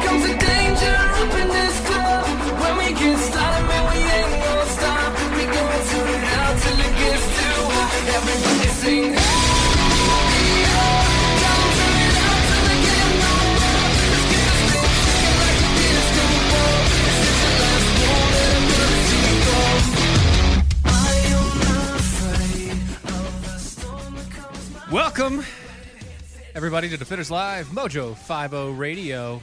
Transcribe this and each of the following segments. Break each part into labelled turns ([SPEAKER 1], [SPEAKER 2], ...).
[SPEAKER 1] comes the danger up in this club. When we get started, man, we ain't gonna stop. We give it to the out till it gets too hot. Everybody sing.
[SPEAKER 2] Welcome, everybody, to Defenders Live, Mojo 50 Radio.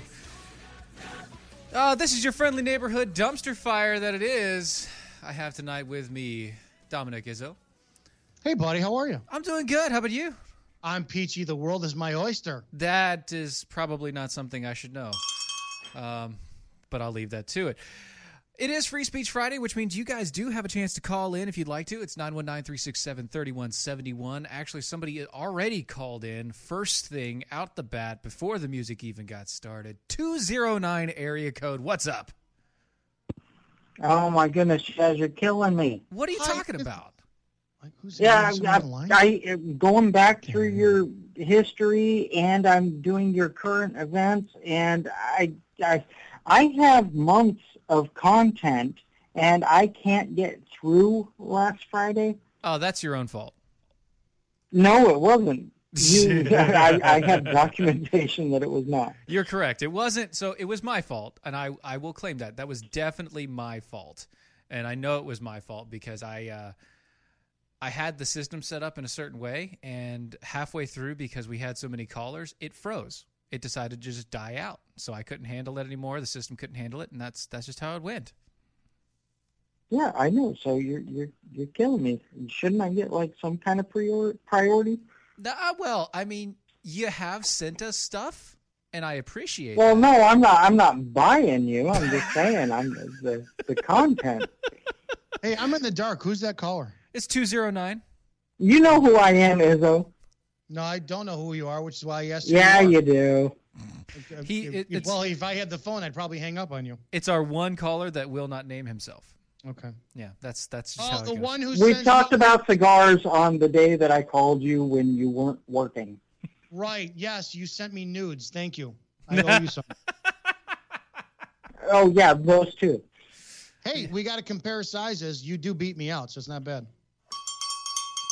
[SPEAKER 2] Uh, this is your friendly neighborhood dumpster fire that it is. I have tonight with me Dominic Izzo.
[SPEAKER 3] Hey, buddy, how are you?
[SPEAKER 2] I'm doing good. How about you?
[SPEAKER 3] I'm Peachy. The world is my oyster.
[SPEAKER 2] That is probably not something I should know, um, but I'll leave that to it. It is Free Speech Friday, which means you guys do have a chance to call in if you'd like to. It's 919 367 3171. Actually, somebody already called in first thing out the bat before the music even got started. 209 area code. What's up?
[SPEAKER 4] Oh my goodness, you guys are killing me.
[SPEAKER 2] What are you
[SPEAKER 3] Hi.
[SPEAKER 2] talking about?
[SPEAKER 3] Like, who's
[SPEAKER 4] Yeah,
[SPEAKER 3] someone
[SPEAKER 4] I,
[SPEAKER 3] online?
[SPEAKER 4] I, I'm going back through your history, and I'm doing your current events, and I, I, I have months of content, and I can't get through last Friday.
[SPEAKER 2] Oh, that's your own fault.
[SPEAKER 4] No, it wasn't. You, I, I have documentation that it was not.
[SPEAKER 2] You're correct. It wasn't. So it was my fault, and I I will claim that that was definitely my fault, and I know it was my fault because I uh, I had the system set up in a certain way, and halfway through because we had so many callers, it froze. It decided to just die out, so I couldn't handle it anymore. The system couldn't handle it, and that's that's just how it went.
[SPEAKER 4] Yeah, I know. So you're you're you're killing me. Shouldn't I get like some kind of prior, priority?
[SPEAKER 2] Nah, uh, well, I mean, you have sent us stuff, and I appreciate.
[SPEAKER 4] Well,
[SPEAKER 2] that.
[SPEAKER 4] no, I'm not. I'm not buying you. I'm just saying. I'm the the content.
[SPEAKER 3] hey, I'm in the dark. Who's that caller?
[SPEAKER 2] It's two zero nine.
[SPEAKER 4] You know who I am, Izzo.
[SPEAKER 3] No, I don't know who you are, which is why I asked. who
[SPEAKER 4] Yeah,
[SPEAKER 3] you.
[SPEAKER 4] you do.
[SPEAKER 3] are. If-
[SPEAKER 2] He-
[SPEAKER 3] if-
[SPEAKER 2] it-
[SPEAKER 3] if-
[SPEAKER 2] it's-
[SPEAKER 3] well, if I had the phone, I'd probably hang up on you.
[SPEAKER 2] It's our one caller that will not name himself.
[SPEAKER 3] Okay.
[SPEAKER 2] Yeah, that's that's just how
[SPEAKER 3] Oh,
[SPEAKER 2] it
[SPEAKER 3] the
[SPEAKER 2] goes.
[SPEAKER 3] one who
[SPEAKER 4] We
[SPEAKER 3] sends
[SPEAKER 4] talked
[SPEAKER 3] me-
[SPEAKER 4] about cigars on the day that I called you when you weren't working.
[SPEAKER 3] Right. Yes, you sent me nudes. Thank you. I owe you some.
[SPEAKER 4] Oh yeah, those two.
[SPEAKER 3] Hey, we got to compare sizes. You do beat me out, so it's not bad.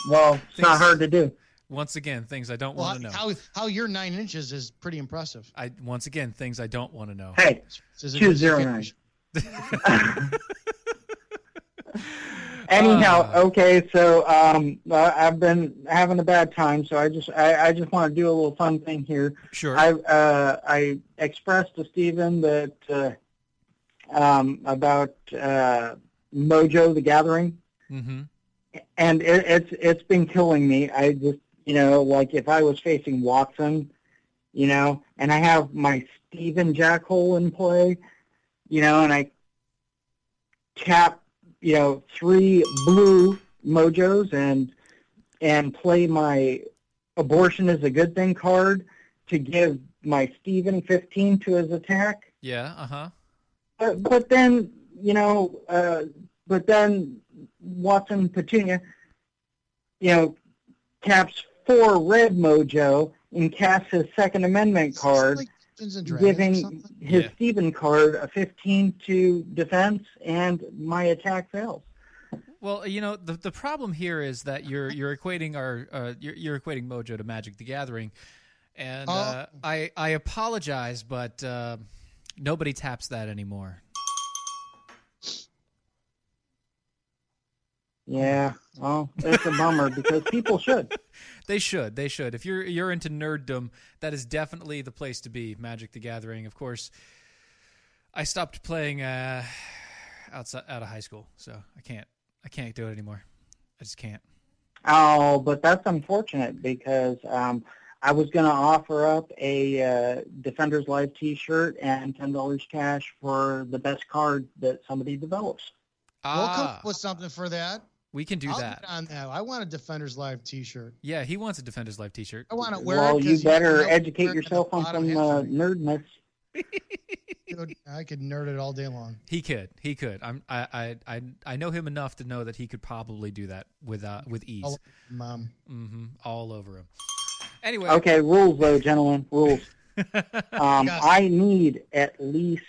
[SPEAKER 4] Well, it's not hard to do.
[SPEAKER 2] Once again, things I don't
[SPEAKER 3] Well,
[SPEAKER 2] want to know.
[SPEAKER 3] how how you're nine inches is pretty impressive.
[SPEAKER 2] I once again things I don't want to know.
[SPEAKER 4] Hey,
[SPEAKER 3] This is-
[SPEAKER 4] Two zero nine. anyhow,
[SPEAKER 2] Uh.
[SPEAKER 4] okay. So um, I- I've been having a bad time, so I just I, I just want to do a little fun thing here.
[SPEAKER 2] Sure.
[SPEAKER 4] I uh, I expressed to Stephen that uh, um, about uh, Mojo the Gathering,
[SPEAKER 2] mm-hmm.
[SPEAKER 4] and it, it's it's been killing me. I just you know like if I was facing Watson, you know, and I have my Stephen Jackhole in play, you know, and I tap you know three blue Mojos and and play my abortion is a good thing card to give my Stephen 15 to his attack
[SPEAKER 2] Yeah. Uh huh.
[SPEAKER 4] but, but then you know, uh, but then Watson Petunia, you know, taps four red mojo and casts his Second Amendment
[SPEAKER 3] Is this
[SPEAKER 4] card,
[SPEAKER 3] like Dungeons and Dragons or
[SPEAKER 4] giving
[SPEAKER 3] something?
[SPEAKER 4] his
[SPEAKER 2] Yeah.
[SPEAKER 4] Stephen card a 15 to defense, and my attack fails.
[SPEAKER 2] Well, you know the the problem here is that you're you're equating our uh, you're, you're equating Mojo to Magic the Gathering, and
[SPEAKER 3] Oh.
[SPEAKER 2] uh, I I apologize, but uh, Nobody taps that anymore.
[SPEAKER 4] Yeah. Well, it's a bummer because people should.
[SPEAKER 2] They should. They should. If you're you're into nerddom, that is definitely the place to be. Magic the Gathering, of course. I stopped playing uh, outside out of high school, so I can't I can't do it anymore. I just can't.
[SPEAKER 4] Oh, but that's unfortunate because um, I was going to offer up a uh, Defenders Live T-shirt and ten dollars cash for the best card that somebody develops.
[SPEAKER 3] We'll come
[SPEAKER 2] Ah,
[SPEAKER 3] up with something for that.
[SPEAKER 2] we can do
[SPEAKER 3] I'll
[SPEAKER 2] that.
[SPEAKER 3] Get on that. I want a Defenders Live T-shirt.
[SPEAKER 2] Yeah, he wants a Defenders Life T-shirt.
[SPEAKER 3] I want to wear it.
[SPEAKER 4] well,
[SPEAKER 3] 'cause
[SPEAKER 4] you better
[SPEAKER 3] know,
[SPEAKER 4] educate
[SPEAKER 3] wear it at the
[SPEAKER 4] yourself on
[SPEAKER 3] bottom
[SPEAKER 4] some
[SPEAKER 3] half
[SPEAKER 4] uh,
[SPEAKER 3] of me.
[SPEAKER 4] nerdness.
[SPEAKER 3] Dude, I could nerd it all day long.
[SPEAKER 2] He could. He could. I'm. I. I. I. I know him enough to know that he could probably do that with uh, with ease.
[SPEAKER 3] All- Mom.
[SPEAKER 2] Mm-hmm. All over him. Anyway.
[SPEAKER 4] Okay, rules though, gentlemen, rules. Um,
[SPEAKER 3] Yes.
[SPEAKER 4] I need at least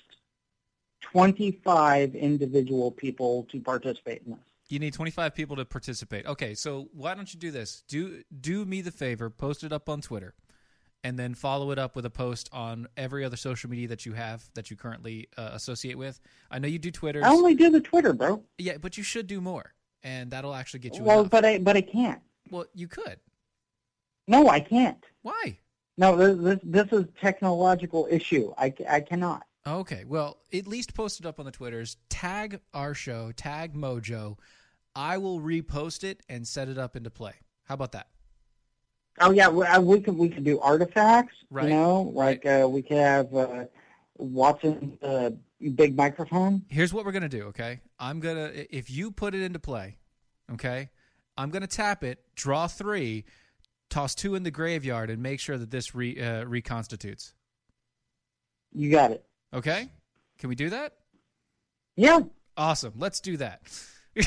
[SPEAKER 4] twenty-five individual people to participate in this.
[SPEAKER 2] You need 25 people to participate. Okay, so why don't you do this? Do do me the favor, post it up on Twitter and then follow it up with a post on every other social media that you have that you currently uh, associate with. I know you do Twitter.
[SPEAKER 4] I only do the Twitter, bro.
[SPEAKER 2] Yeah, but you should do more. And that'll actually get you
[SPEAKER 4] Well,
[SPEAKER 2] enough.
[SPEAKER 4] but I but I can't.
[SPEAKER 2] well, you could.
[SPEAKER 4] No, I can't.
[SPEAKER 2] Why?
[SPEAKER 4] No, this this, this is technological issue. I, ca- I cannot.
[SPEAKER 2] Okay. Well, at least post it up on the Twitters. Tag our show, tag Mojo. I will repost it and set it up into play. How about that?
[SPEAKER 4] Oh yeah, we, I, we could we could do artifacts.
[SPEAKER 2] Right,
[SPEAKER 4] You know, like uh, we could have uh, Watson's uh, big microphone.
[SPEAKER 2] here's what we're gonna do okay i'm gonna i- if you put it into play okay i'm gonna tap it draw three toss two in the graveyard and make sure that this re, uh, reconstitutes
[SPEAKER 4] You got it.
[SPEAKER 2] okay can we do that
[SPEAKER 4] Yeah.
[SPEAKER 2] awesome let's do that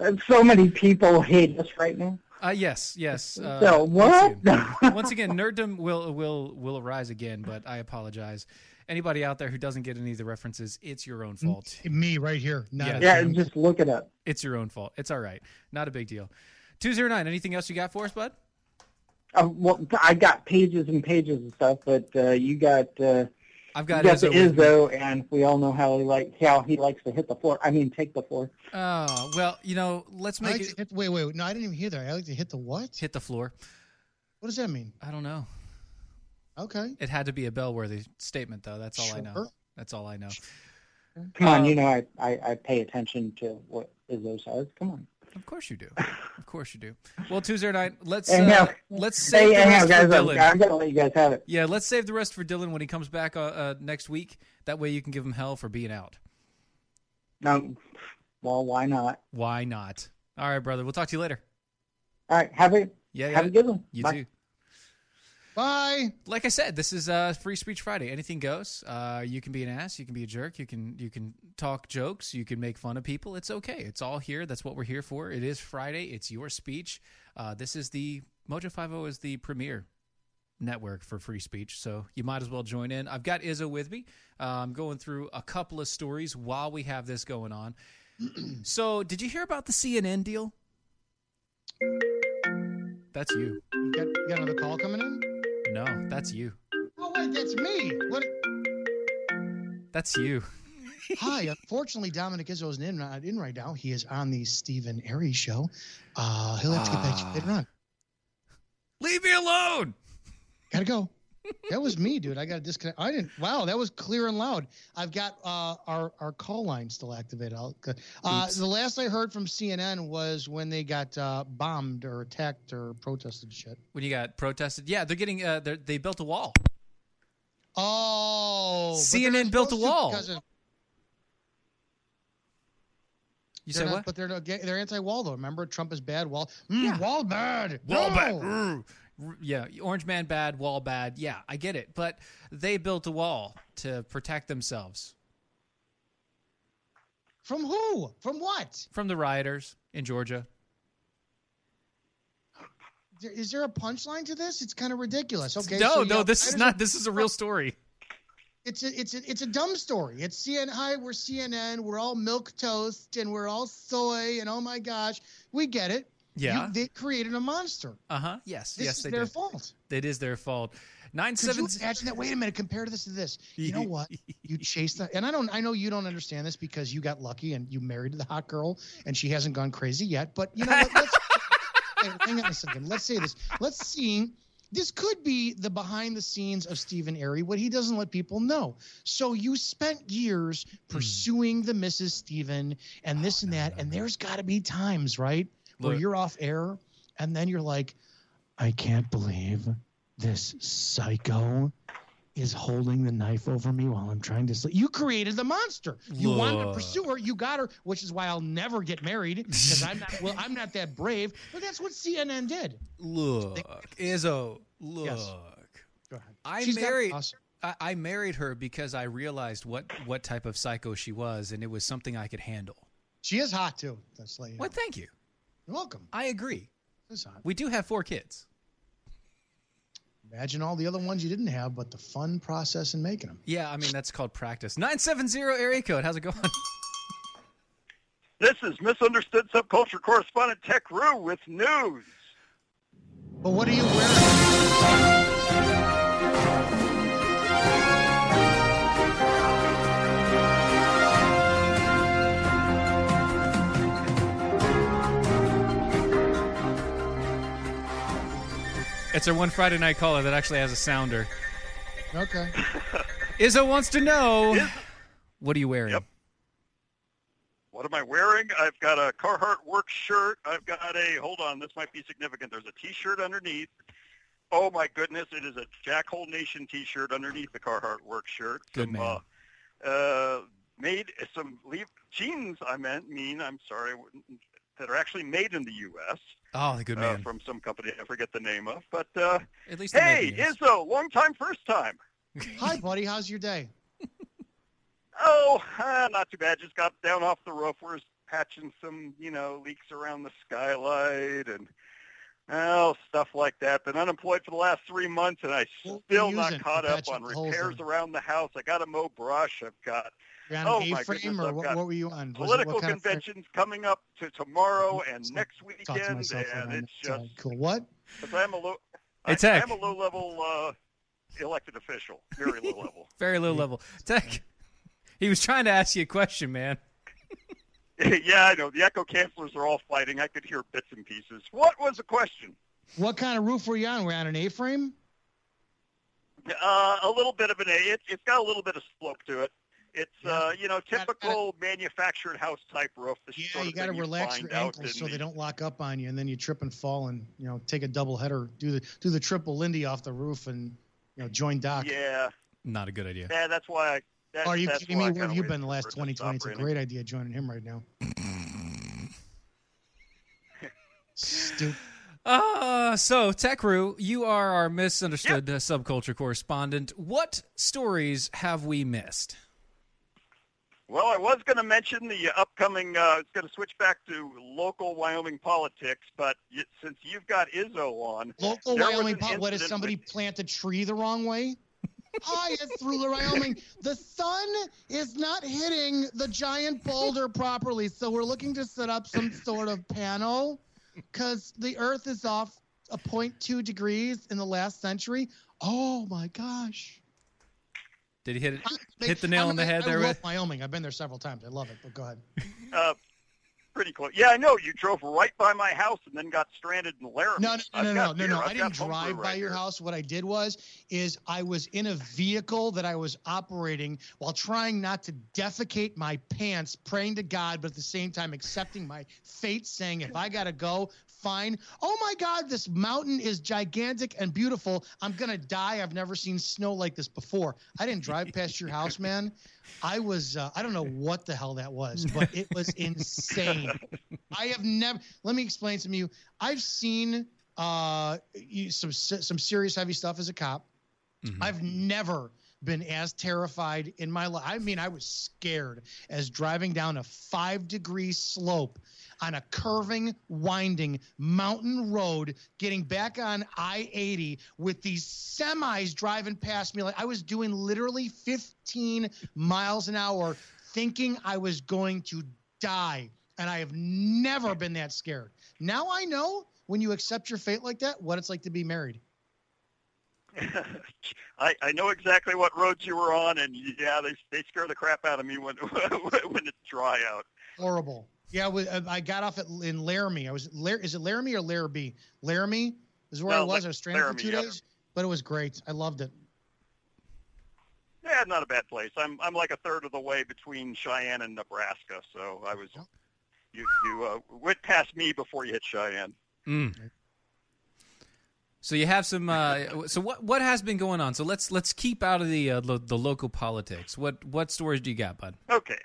[SPEAKER 4] Uh, So many people hate us right now.
[SPEAKER 2] uh, yes yes uh,
[SPEAKER 4] so what?
[SPEAKER 2] once again- once again nerddom will will will arise again but i apologize anybody out there who doesn't get any of the references it's your
[SPEAKER 4] Mm.
[SPEAKER 2] own fault
[SPEAKER 3] Me right here. Not
[SPEAKER 2] Yeah.
[SPEAKER 3] a
[SPEAKER 4] yeah,
[SPEAKER 3] damn-
[SPEAKER 4] just look it up.
[SPEAKER 2] it's your own fault it's all right not a big deal 209 anything else you got for us bud
[SPEAKER 4] Uh, well, I got pages and pages of stuff, but uh, you got uh,
[SPEAKER 2] i've
[SPEAKER 4] you
[SPEAKER 2] got,
[SPEAKER 4] got the
[SPEAKER 2] Izzo with me.
[SPEAKER 4] Izzo, and we all know how he like how he likes to hit the floor. I mean, take the floor.
[SPEAKER 2] Oh, well, you know, let's
[SPEAKER 3] I
[SPEAKER 2] make
[SPEAKER 3] like
[SPEAKER 2] it
[SPEAKER 3] to hit, wait, wait, no, I didn't even hear that. I like to hit the what?
[SPEAKER 2] hit the floor.
[SPEAKER 3] What does that mean?
[SPEAKER 2] I don't know.
[SPEAKER 3] Okay.
[SPEAKER 2] It had to be a bellworthy statement, though. That's all I know.
[SPEAKER 3] Sure.
[SPEAKER 2] That's all I know.
[SPEAKER 4] Come on,
[SPEAKER 2] Uh,
[SPEAKER 4] you know I, I, I pay attention to what Izzo says. Come on.
[SPEAKER 2] Of course you do. Of course you do. Well, two zero nine. Let's
[SPEAKER 4] Hey,
[SPEAKER 2] uh,
[SPEAKER 4] now-
[SPEAKER 2] let's
[SPEAKER 4] Hey,
[SPEAKER 2] save the
[SPEAKER 4] anyhow,
[SPEAKER 2] rest for
[SPEAKER 4] guys, I'm,
[SPEAKER 2] Dylan.
[SPEAKER 4] I'm gonna let you guys have it.
[SPEAKER 2] Yeah, let's save the rest for Dylan when he comes back uh, uh, next week. That way, you can give him hell for being out.
[SPEAKER 4] No, well, why not?
[SPEAKER 2] Why not? All right, brother. We'll talk to you later.
[SPEAKER 4] All right, have a
[SPEAKER 2] Yeah, yeah.
[SPEAKER 4] have a good one.
[SPEAKER 2] You
[SPEAKER 4] Bye.
[SPEAKER 2] too.
[SPEAKER 3] Bye.
[SPEAKER 2] like I said, this is uh, Free Speech Friday. Anything goes. Uh, you can be an ass. You can be a jerk. You can you can talk jokes. You can make fun of people. It's okay. It's all here. That's what we're here for. It is Friday. It's your speech. Uh, this is the Mojo Five O is the premier network for free speech, so you might as well join in. I've got Izzo with me. Uh, I'm going through a couple of stories while we have this going on. so, did you hear about the CNN deal? That's you.
[SPEAKER 3] You got, you got another call coming in?
[SPEAKER 2] No, that's you.
[SPEAKER 3] Oh, wait, that's me. What?
[SPEAKER 2] That's you.
[SPEAKER 3] Hi. Unfortunately, Dominic Izzo isn't in, not in right now. He is on the Stephen Airy show. Uh, he'll have to get back to you later on.
[SPEAKER 2] Leave me alone.
[SPEAKER 3] Gotta go. That was me, dude. I got to disconnect. I didn't. Wow, that was clear and loud. I've got uh, our our call line still activated. I'll, uh,
[SPEAKER 2] Oops.
[SPEAKER 3] the last I heard from CNN was when they got uh, bombed or attacked or protested shit.
[SPEAKER 2] When you got protested, yeah, they're getting uh, they're, they built a wall.
[SPEAKER 3] Oh, but they're not
[SPEAKER 2] CNN built a
[SPEAKER 3] supposed to
[SPEAKER 2] wall.
[SPEAKER 3] because of-
[SPEAKER 2] You
[SPEAKER 3] they're
[SPEAKER 2] said
[SPEAKER 3] not-
[SPEAKER 2] what?
[SPEAKER 3] But they're not ga- they're anti-wall though. Remember, Trump is bad. Wall, mm,
[SPEAKER 2] Yeah.
[SPEAKER 3] wall bad.
[SPEAKER 2] Wall
[SPEAKER 3] No.
[SPEAKER 2] bad. Urgh. R- Yeah, orange man bad, wall bad. Yeah, I get it, but they built a wall to protect themselves
[SPEAKER 3] From who? From what?
[SPEAKER 2] from the rioters in Georgia.
[SPEAKER 3] There- Is there a punchline to this? It's kind of ridiculous. Okay.
[SPEAKER 2] no,
[SPEAKER 3] so,
[SPEAKER 2] no,
[SPEAKER 3] yeah,
[SPEAKER 2] this
[SPEAKER 3] I
[SPEAKER 2] is
[SPEAKER 3] just-
[SPEAKER 2] not. This is a real story.
[SPEAKER 3] It's a, it's a, it's a dumb story. It's CNN. Hi, we're CNN. We're all milk toast and we're all soy and oh my gosh, we get it. You-
[SPEAKER 2] Yeah.
[SPEAKER 3] they created a monster.
[SPEAKER 2] Uh huh. Yes.
[SPEAKER 3] This
[SPEAKER 2] yes,
[SPEAKER 3] is
[SPEAKER 2] they
[SPEAKER 3] their
[SPEAKER 2] did.
[SPEAKER 3] fault.
[SPEAKER 2] It is their fault. Nine
[SPEAKER 3] Could
[SPEAKER 2] seven.
[SPEAKER 3] you imagine that? Wait a minute. Compare this to this. You know what? You chase that, and I don't. I know you don't understand this because you got lucky and you married the hot girl, and she hasn't gone crazy yet. But you know what? Let's, Hey, hang on a second. Let's say this. Let's see. This could be the behind the scenes of Stephen Airy, what he doesn't let people know. So you spent years pursuing the Mrs. Stephen and this and that, and there's got to be times, right, where
[SPEAKER 2] Look.
[SPEAKER 3] you're off air, and then you're like, I can't believe this psycho is holding the knife over me while I'm trying to sleep. You created the monster. You wanted to
[SPEAKER 2] Look.
[SPEAKER 3] pursue her. You got her, which is why I'll never get married because I'm not. Well, I'm not that brave. But that's what CNN did.
[SPEAKER 2] Look, Izzo. Look,
[SPEAKER 3] Go ahead.
[SPEAKER 2] I
[SPEAKER 3] She's got
[SPEAKER 2] married.
[SPEAKER 3] us.
[SPEAKER 2] I, I married her because I realized what what type of psycho she was, and it was something I could handle.
[SPEAKER 3] She is hot too. That's like
[SPEAKER 2] Well, thank you.
[SPEAKER 3] You're welcome.
[SPEAKER 2] I agree.
[SPEAKER 3] She's hot.
[SPEAKER 2] We do have four kids.
[SPEAKER 3] Imagine all the other ones you didn't have, but the fun process in making them.
[SPEAKER 2] Yeah, I mean that's called practice. Nine seven zero area code. How's it going?
[SPEAKER 5] This is misunderstood subculture correspondent Tech Rue with news.
[SPEAKER 3] But what are you wearing?
[SPEAKER 2] It's our one Friday night caller that actually has a sounder.
[SPEAKER 3] Okay.
[SPEAKER 2] Izzo wants to know, what are you wearing?
[SPEAKER 5] Yep. What am I wearing? I've got a Carhartt work shirt. I've got a hold on, this might be significant. There's a t-shirt underneath. Oh my goodness, it is a Jackhole Nation t-shirt underneath the Carhartt work shirt.
[SPEAKER 2] Good
[SPEAKER 5] Some,
[SPEAKER 2] man.
[SPEAKER 5] Uh, uh, made some leave jeans. I meant mean. I'm sorry that are actually made in the U.S.
[SPEAKER 2] Oh, the good
[SPEAKER 5] Uh,
[SPEAKER 2] man.
[SPEAKER 5] from some company I forget the name of. But uh,
[SPEAKER 2] At least the
[SPEAKER 5] hey,
[SPEAKER 2] making is.
[SPEAKER 5] Izzo, long time, first time.
[SPEAKER 3] Hi, buddy. How's your day?
[SPEAKER 5] Oh, uh, not too bad. Just got down off the roof. We're patching some, you know, leaks around the skylight and oh, stuff like that. Been unemployed for the last three months, and I
[SPEAKER 3] What were
[SPEAKER 5] still
[SPEAKER 3] you
[SPEAKER 5] not
[SPEAKER 3] using to
[SPEAKER 5] caught up
[SPEAKER 3] patch
[SPEAKER 5] on
[SPEAKER 3] up the holes
[SPEAKER 5] repairs
[SPEAKER 3] then?
[SPEAKER 5] around the house. I got a mow brush. I've got
[SPEAKER 3] You're on
[SPEAKER 5] Oh,
[SPEAKER 3] an
[SPEAKER 5] my
[SPEAKER 3] A-frame,
[SPEAKER 5] goodness,
[SPEAKER 3] or
[SPEAKER 5] I've
[SPEAKER 3] what,
[SPEAKER 5] got
[SPEAKER 3] what were you on? Was it,
[SPEAKER 5] political
[SPEAKER 3] what kind of frame?
[SPEAKER 5] conventions coming up to tomorrow and
[SPEAKER 3] Talk
[SPEAKER 5] next
[SPEAKER 3] Talk to
[SPEAKER 5] weekend,
[SPEAKER 3] myself.
[SPEAKER 5] and
[SPEAKER 3] when I'm
[SPEAKER 5] it's just
[SPEAKER 3] outside. cool. What?
[SPEAKER 5] because I'm a low,
[SPEAKER 2] Hey,
[SPEAKER 5] I,
[SPEAKER 2] Tech.
[SPEAKER 5] I'm a low-level uh, elected official, very low level.
[SPEAKER 2] Very low level. Tech, he was trying to ask you a question, man.
[SPEAKER 5] yeah, I know. The echo cancelers are all fighting. I could hear bits and pieces. What was the question?
[SPEAKER 3] What kind of roof were you on? Were you on an A-frame?
[SPEAKER 5] Uh, a little bit of an A. It, it's got a little bit of slope to it. It's uh, you know
[SPEAKER 3] gotta-
[SPEAKER 5] typical manufactured house type roof. The
[SPEAKER 3] Yeah,
[SPEAKER 5] sort
[SPEAKER 3] you
[SPEAKER 5] of
[SPEAKER 3] got to
[SPEAKER 5] thing
[SPEAKER 3] relax
[SPEAKER 5] find
[SPEAKER 3] your
[SPEAKER 5] out
[SPEAKER 3] ankles
[SPEAKER 5] in
[SPEAKER 3] so
[SPEAKER 5] the-
[SPEAKER 3] they don't lock up on you, and then you trip and fall, and you know take a double header, do the do the triple Lindy off the roof, and you know join Doc.
[SPEAKER 5] Yeah,
[SPEAKER 2] Not a good idea.
[SPEAKER 5] yeah, that's why. I, that,
[SPEAKER 3] Oh, Are you
[SPEAKER 5] that's
[SPEAKER 3] kidding me?
[SPEAKER 5] why I
[SPEAKER 3] Where have
[SPEAKER 5] kinda
[SPEAKER 3] you
[SPEAKER 5] waited
[SPEAKER 3] been the
[SPEAKER 5] for
[SPEAKER 3] last
[SPEAKER 5] it to
[SPEAKER 3] 20,
[SPEAKER 5] stop
[SPEAKER 3] 20? It's a
[SPEAKER 5] raining.
[SPEAKER 3] great idea joining him right now. Stupid.
[SPEAKER 2] Uh, so, Tech Roo, you are our misunderstood uh, subculture correspondent. What stories have we missed?
[SPEAKER 5] Well, I was going to mention the upcoming. Uh, it's going to switch back to local Wyoming politics, but y since you've got Izzo on,
[SPEAKER 3] Local
[SPEAKER 5] There was
[SPEAKER 3] Wyoming
[SPEAKER 5] an
[SPEAKER 3] pot. What if
[SPEAKER 5] incident
[SPEAKER 3] somebody
[SPEAKER 5] with-
[SPEAKER 3] plant a tree the wrong way? I through the Wyoming. The sun is not hitting the giant boulder properly, so we're looking to set up some sort of panel because the Earth is off a 0.2 degrees in the last century. Oh my gosh!
[SPEAKER 2] Did he hit it?
[SPEAKER 3] I-
[SPEAKER 2] Hit the nail
[SPEAKER 3] I-
[SPEAKER 2] on the head
[SPEAKER 3] I
[SPEAKER 2] there
[SPEAKER 3] love
[SPEAKER 2] with-
[SPEAKER 3] Wyoming. I've been there several times. I love it. But go ahead.
[SPEAKER 5] uh, pretty close. Yeah, I know. You drove right by my house and then got stranded in Laramie.
[SPEAKER 3] No, no,
[SPEAKER 5] I've
[SPEAKER 3] no, no,
[SPEAKER 5] got
[SPEAKER 3] no,
[SPEAKER 5] beer.
[SPEAKER 3] no.
[SPEAKER 5] I've
[SPEAKER 3] I didn't
[SPEAKER 5] got homebrew
[SPEAKER 3] drive by
[SPEAKER 5] right
[SPEAKER 3] your
[SPEAKER 5] here.
[SPEAKER 3] house. What I did was, is I was in a vehicle that I was operating while trying not to defecate my pants, praying to God, but at the same time accepting my fate, saying, if I gotta go, fine. Oh my God, this mountain is gigantic and beautiful. I'm gonna die. I've never seen snow like this before. I didn't drive past your house, man. I was, uh, I don't know what the hell that was, but it was insane. I have never. Let me explain some to you. I've seen uh you, some some serious heavy stuff as a cop.
[SPEAKER 2] Mhm.
[SPEAKER 3] I've never been as terrified in my life. I mean, I was scared as driving down a five degree slope on a curving, winding mountain road, getting back on I 80 with these semis driving past me. Like I was doing literally 15 miles an hour, thinking I was going to die. And I have never been that scared. Now I know when you accept your fate like that, what it's like to be married.
[SPEAKER 5] I, I know exactly what roads you were on, and yeah, they they scare the crap out of me when when it's dry out.
[SPEAKER 3] Horrible. Yeah, we- uh, I got off at, in Laramie. I was Lar- is it Laramie or Larrabee? Laramie is where
[SPEAKER 5] No,
[SPEAKER 3] I was.
[SPEAKER 5] La-
[SPEAKER 3] I was stranded
[SPEAKER 5] Laramie,
[SPEAKER 3] for two
[SPEAKER 5] yeah.
[SPEAKER 3] days, but it was great. I loved it.
[SPEAKER 5] Yeah, not a bad place. I'm I'm like a third of the way between Cheyenne and Nebraska, so I was.
[SPEAKER 3] Oh.
[SPEAKER 5] You you uh, went past me before you hit Cheyenne.
[SPEAKER 2] Mm. So you have some. Uh, so what what has been going on? So let's let's keep out of the uh, lo- the local politics. What what stories do you got, bud?
[SPEAKER 5] Okay.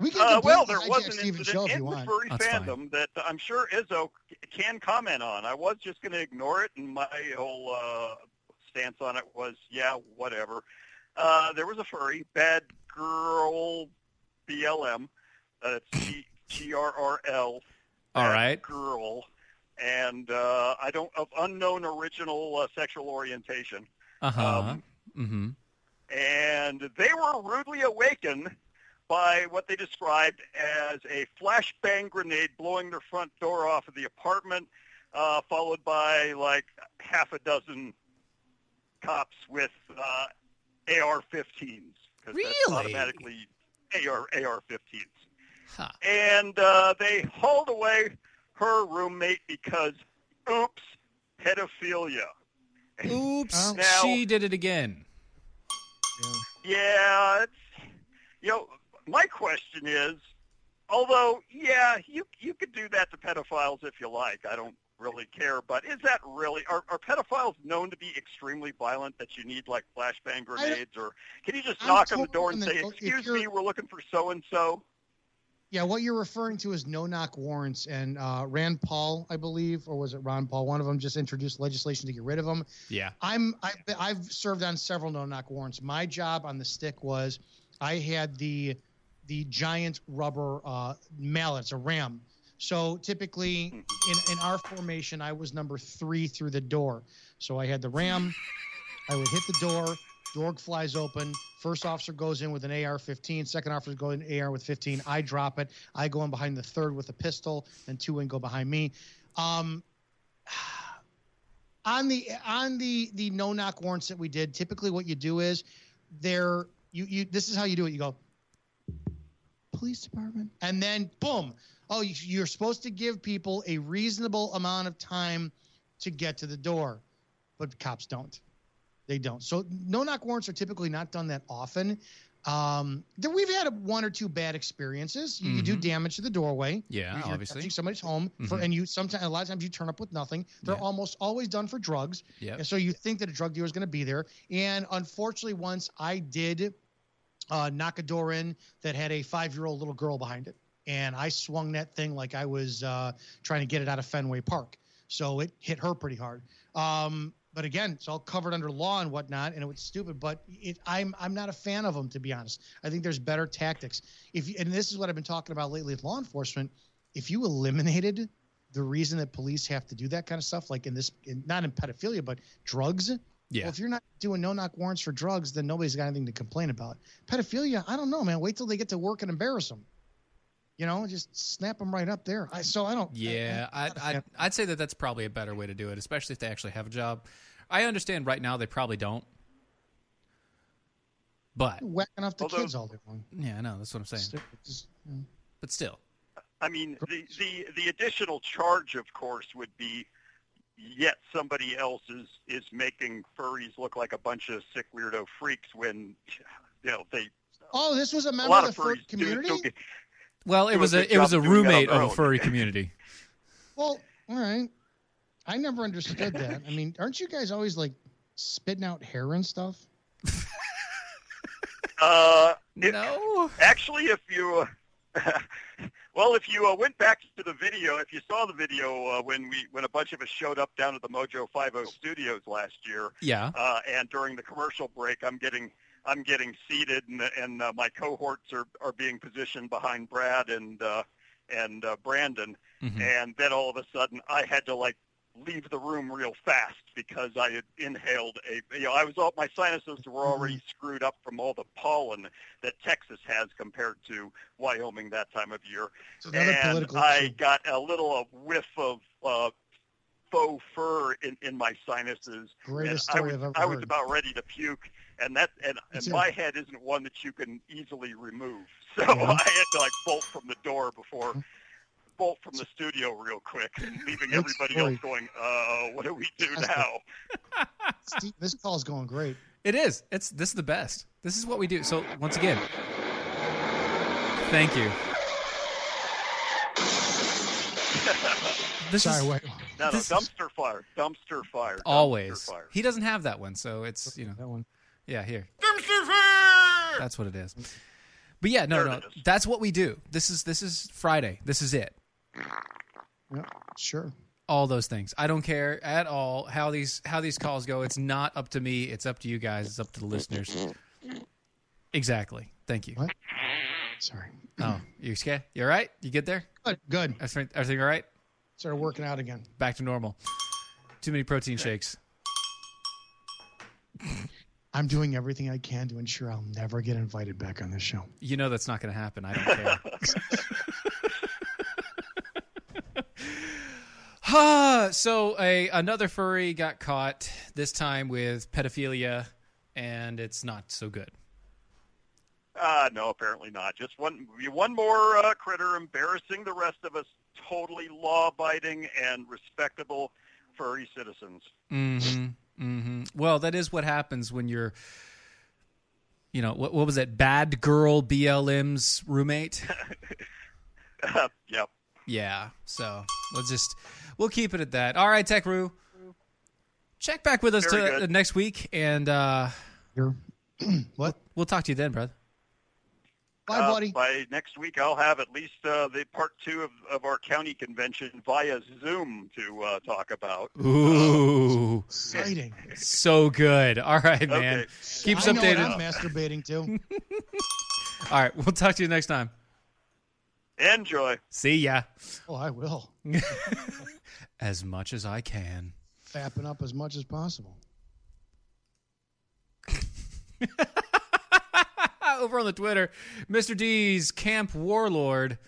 [SPEAKER 3] We can
[SPEAKER 5] Uh,
[SPEAKER 3] debate
[SPEAKER 5] well,
[SPEAKER 3] the
[SPEAKER 5] there
[SPEAKER 3] Hijack
[SPEAKER 5] was an
[SPEAKER 3] Steven show
[SPEAKER 5] incident
[SPEAKER 3] if
[SPEAKER 5] in
[SPEAKER 3] you
[SPEAKER 5] the
[SPEAKER 3] want.
[SPEAKER 5] furry
[SPEAKER 2] That's fine.
[SPEAKER 5] fandom that I'm sure Izzo c- can comment on. I was just going to ignore it, and my whole uh, stance on it was, yeah, whatever. Uh, there was a furry, bad girl, BLM, uh, T- TRRL,
[SPEAKER 2] All
[SPEAKER 5] that
[SPEAKER 2] right.
[SPEAKER 5] girl, and uh, I don't of unknown original uh, sexual orientation
[SPEAKER 2] Uh huh.
[SPEAKER 5] Um,
[SPEAKER 2] mm-hmm.
[SPEAKER 5] and they were rudely awakened by what they described as a flashbang grenade blowing their front door off of the apartment, uh, followed by like half a dozen cops with uh, AR-15s. 'cause That's
[SPEAKER 2] Really?
[SPEAKER 5] automatically AR, AR-15s.
[SPEAKER 2] Huh.
[SPEAKER 5] And uh, they hauled away her roommate because, oops, pedophilia.
[SPEAKER 2] Oops,
[SPEAKER 5] Now-
[SPEAKER 2] she did it again.
[SPEAKER 5] Yeah, it's, you know, my question is, although, yeah, you you could do that to pedophiles if you like. I don't really care, but is that really are, are pedophiles known to be extremely violent that you need like flashbang grenades or can you just
[SPEAKER 3] I'm
[SPEAKER 5] knock on the
[SPEAKER 3] totally
[SPEAKER 5] door and
[SPEAKER 3] on the
[SPEAKER 5] say,
[SPEAKER 3] door- if
[SPEAKER 5] "Excuse
[SPEAKER 3] you're-
[SPEAKER 5] me, we're looking for so and so"?
[SPEAKER 3] Yeah, what you're referring to is no-knock warrants, and uh, Rand Paul, I believe, or was it Ron Paul? One of them just introduced legislation to get rid of them.
[SPEAKER 2] Yeah.
[SPEAKER 3] I'm I've, been- I've served on several no-knock warrants. My job on the stick was I had the the giant rubber uh, mallets, a ram. So typically in, in our formation, I was number three through the door. So I had the ram. I would hit the door. Door flies open. First officer goes in with an AR-15. Second officer goes in AR with 15. I drop it. I go in behind the third with a pistol. Then two in go behind me. Um, on the on the the no knock warrants that we did, typically what you do is there you you this is how you do it. You go police department, and then boom. Oh, you- you're supposed to give people a reasonable amount of time to get to the door, but cops don't. They don't. So no knock warrants are typically not done that often. Um, there, we've had one or two bad experiences. You, you do
[SPEAKER 2] Mhm.
[SPEAKER 3] damage to the doorway
[SPEAKER 2] Yeah.
[SPEAKER 3] you're- you're
[SPEAKER 2] Obviously.
[SPEAKER 3] touching somebody's home for,
[SPEAKER 2] Mhm.
[SPEAKER 3] and you sometimes a lot of times you turn up with nothing. They're
[SPEAKER 2] Yeah.
[SPEAKER 3] almost always done for drugs,
[SPEAKER 2] Yeah.
[SPEAKER 3] and so you think that a drug dealer is going to be there. And unfortunately, once I did uh, knock a door in that had a five-year-old little girl behind it, and I swung that thing like I was uh, trying to get it out of Fenway Park. So it hit her pretty hard. Um, but again, it's all covered under law and whatnot, and it was stupid. But it, I'm I'm not a fan of them to be honest. I think there's better tactics. If you, and this is what I've been talking about lately with law enforcement. If you eliminated the reason that police have to do that kind of stuff, like in this, in, not in pedophilia, but drugs.
[SPEAKER 2] Yeah.
[SPEAKER 3] Well, if you're not doing no knock warrants for drugs, then nobody's got anything to complain about. Pedophilia, I don't know, man. Wait till they get to work and embarrass them. You know, just snap them right up there. I so I don't. I-
[SPEAKER 2] Yeah,
[SPEAKER 3] I,
[SPEAKER 2] I'd, I'd, I'd say that that's probably a better way to do it, especially if they actually have a job. I understand right now they probably don't. But,
[SPEAKER 3] whacking off the
[SPEAKER 5] Although-
[SPEAKER 3] kids all day long.
[SPEAKER 2] yeah, I know. That's what I'm saying.
[SPEAKER 3] Just, you know.
[SPEAKER 2] But still.
[SPEAKER 5] I mean, the, the, the additional charge, of course, would be yet somebody else is, is making furries look like a bunch of sick weirdo freaks when, you know, they,
[SPEAKER 3] Oh, this was a
[SPEAKER 5] a
[SPEAKER 3] member
[SPEAKER 5] lot
[SPEAKER 3] of
[SPEAKER 5] of
[SPEAKER 3] the furry
[SPEAKER 5] furries do-
[SPEAKER 3] community.
[SPEAKER 5] do, get
[SPEAKER 2] Well, it
[SPEAKER 5] Doing
[SPEAKER 2] was
[SPEAKER 5] a good
[SPEAKER 2] a it was a
[SPEAKER 5] job doing it on
[SPEAKER 2] roommate
[SPEAKER 5] their
[SPEAKER 2] of a
[SPEAKER 5] own.
[SPEAKER 2] furry community.
[SPEAKER 3] Well, all right. I never understood that. I mean, aren't you guys always like spitting out hair and stuff?
[SPEAKER 5] Uh, it-
[SPEAKER 2] No.
[SPEAKER 5] Actually, if you, uh, well, if you uh, went back to the video, if you saw the video uh, when we when a bunch of us showed up down at the Mojo Five O Studios last year,
[SPEAKER 2] Yeah.
[SPEAKER 5] uh, and during the commercial break, I'm getting I'm getting seated, and and uh, my cohorts are are being positioned behind Brad and uh, and uh, Brandon,
[SPEAKER 2] Mhm.
[SPEAKER 5] and then all of a sudden I had to like leave the room real fast because I had inhaled a you know I was all my sinuses were already screwed up from all the pollen that Texas has compared to Wyoming that time of year
[SPEAKER 3] It's
[SPEAKER 5] and I got a little uh, whiff of uh, faux fur in, in my sinuses. and
[SPEAKER 3] Greatest
[SPEAKER 5] I
[SPEAKER 3] story
[SPEAKER 5] was,
[SPEAKER 3] I've ever
[SPEAKER 5] I was
[SPEAKER 3] heard.
[SPEAKER 5] about ready to puke, and that and,
[SPEAKER 3] It's
[SPEAKER 5] and
[SPEAKER 3] in-
[SPEAKER 5] my head isn't one that you can easily remove. So
[SPEAKER 3] Yeah. Mm-hmm.
[SPEAKER 5] I had to like bolt from the door before bolt from the studio real quick, leaving
[SPEAKER 3] Great
[SPEAKER 5] everybody
[SPEAKER 3] story.
[SPEAKER 5] else going, "Uh, what do we do
[SPEAKER 3] That's
[SPEAKER 5] now?"
[SPEAKER 3] Steve, this call's going great.
[SPEAKER 2] It is. It's this is the best. This is what we do. So once again, thank you. This
[SPEAKER 3] Sorry,
[SPEAKER 2] is
[SPEAKER 3] wait.
[SPEAKER 5] No, no,
[SPEAKER 2] This is-
[SPEAKER 5] dumpster fire, dumpster fire, dumpster
[SPEAKER 2] always.
[SPEAKER 5] fire.
[SPEAKER 2] He doesn't have that one, so it's you know.
[SPEAKER 3] That one.
[SPEAKER 2] Yeah, here.
[SPEAKER 6] Dumpster fire!
[SPEAKER 2] That's what it is. But yeah, no,
[SPEAKER 5] There
[SPEAKER 2] no.
[SPEAKER 5] it is.
[SPEAKER 2] That's what we do. This is this is Friday. This is it.
[SPEAKER 3] Yeah, sure.
[SPEAKER 2] All those things. I don't care at all how these how these calls go. It's not up to me. It's up to you guys. It's up to the listeners. Exactly. Thank you.
[SPEAKER 3] What? Sorry.
[SPEAKER 2] Oh, you scared? You all right? You get there?
[SPEAKER 3] Good. Good.
[SPEAKER 2] Everything everything all right?
[SPEAKER 3] Started working out again.
[SPEAKER 2] back to normal. Too many protein shakes.
[SPEAKER 3] I'm doing everything I can to ensure I'll never get invited back on this show.
[SPEAKER 2] You know that's not going to happen. I don't care. Huh. so a another furry got caught this time with pedophilia, and it's not so good.
[SPEAKER 5] Uh, no, apparently not. Just one, one more uh, critter embarrassing the rest of us. Totally law-abiding and respectable furry citizens.
[SPEAKER 2] Mm-hmm. Mm-hmm. Well, that is what happens when you're, you know, what what was that? Bad girl BLM's roommate.
[SPEAKER 5] yep.
[SPEAKER 2] Yeah. So we'll just we'll keep it at that. All right, Tech Roo. Check back with us
[SPEAKER 5] Very
[SPEAKER 2] to,
[SPEAKER 5] good.
[SPEAKER 2] uh, next week, and uh,
[SPEAKER 3] You're, what?
[SPEAKER 2] we'll talk to you then, brother.
[SPEAKER 3] Bye,
[SPEAKER 5] Uh,
[SPEAKER 3] buddy.
[SPEAKER 5] By next week, I'll have at least uh, the part two of, of our county convention via Zoom to uh, talk about.
[SPEAKER 2] Ooh,
[SPEAKER 3] Exciting.
[SPEAKER 2] so good. All right, man.
[SPEAKER 5] Okay.
[SPEAKER 2] Keeps
[SPEAKER 3] I know what
[SPEAKER 2] updated.
[SPEAKER 3] I'm masturbating to.
[SPEAKER 2] All right, we'll talk to you next time.
[SPEAKER 5] Enjoy.
[SPEAKER 2] See ya.
[SPEAKER 3] Oh, I will.
[SPEAKER 2] As much as I can.
[SPEAKER 3] Fapping up as much as possible.
[SPEAKER 2] Over on the Twitter, Mr. D's Camp Warlord.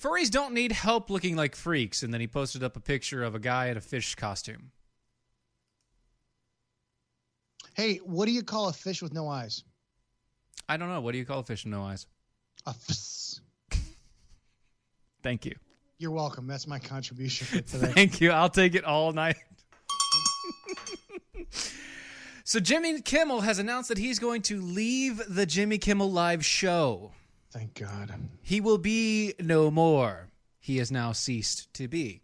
[SPEAKER 2] Furries don't need help looking like freaks, and then he posted up a picture of a guy in a fish costume.
[SPEAKER 3] Hey, what do you call a fish with no eyes?
[SPEAKER 2] I don't know. What do you call a fish with no eyes?
[SPEAKER 3] A fs.
[SPEAKER 2] Thank you.
[SPEAKER 3] You're welcome. That's my contribution for today.
[SPEAKER 2] Thank you. I'll take it all night. so Jimmy Kimmel has announced that he's going to leave the Jimmy Kimmel Live show.
[SPEAKER 3] Thank God.
[SPEAKER 2] He will be no more. He has now ceased to be.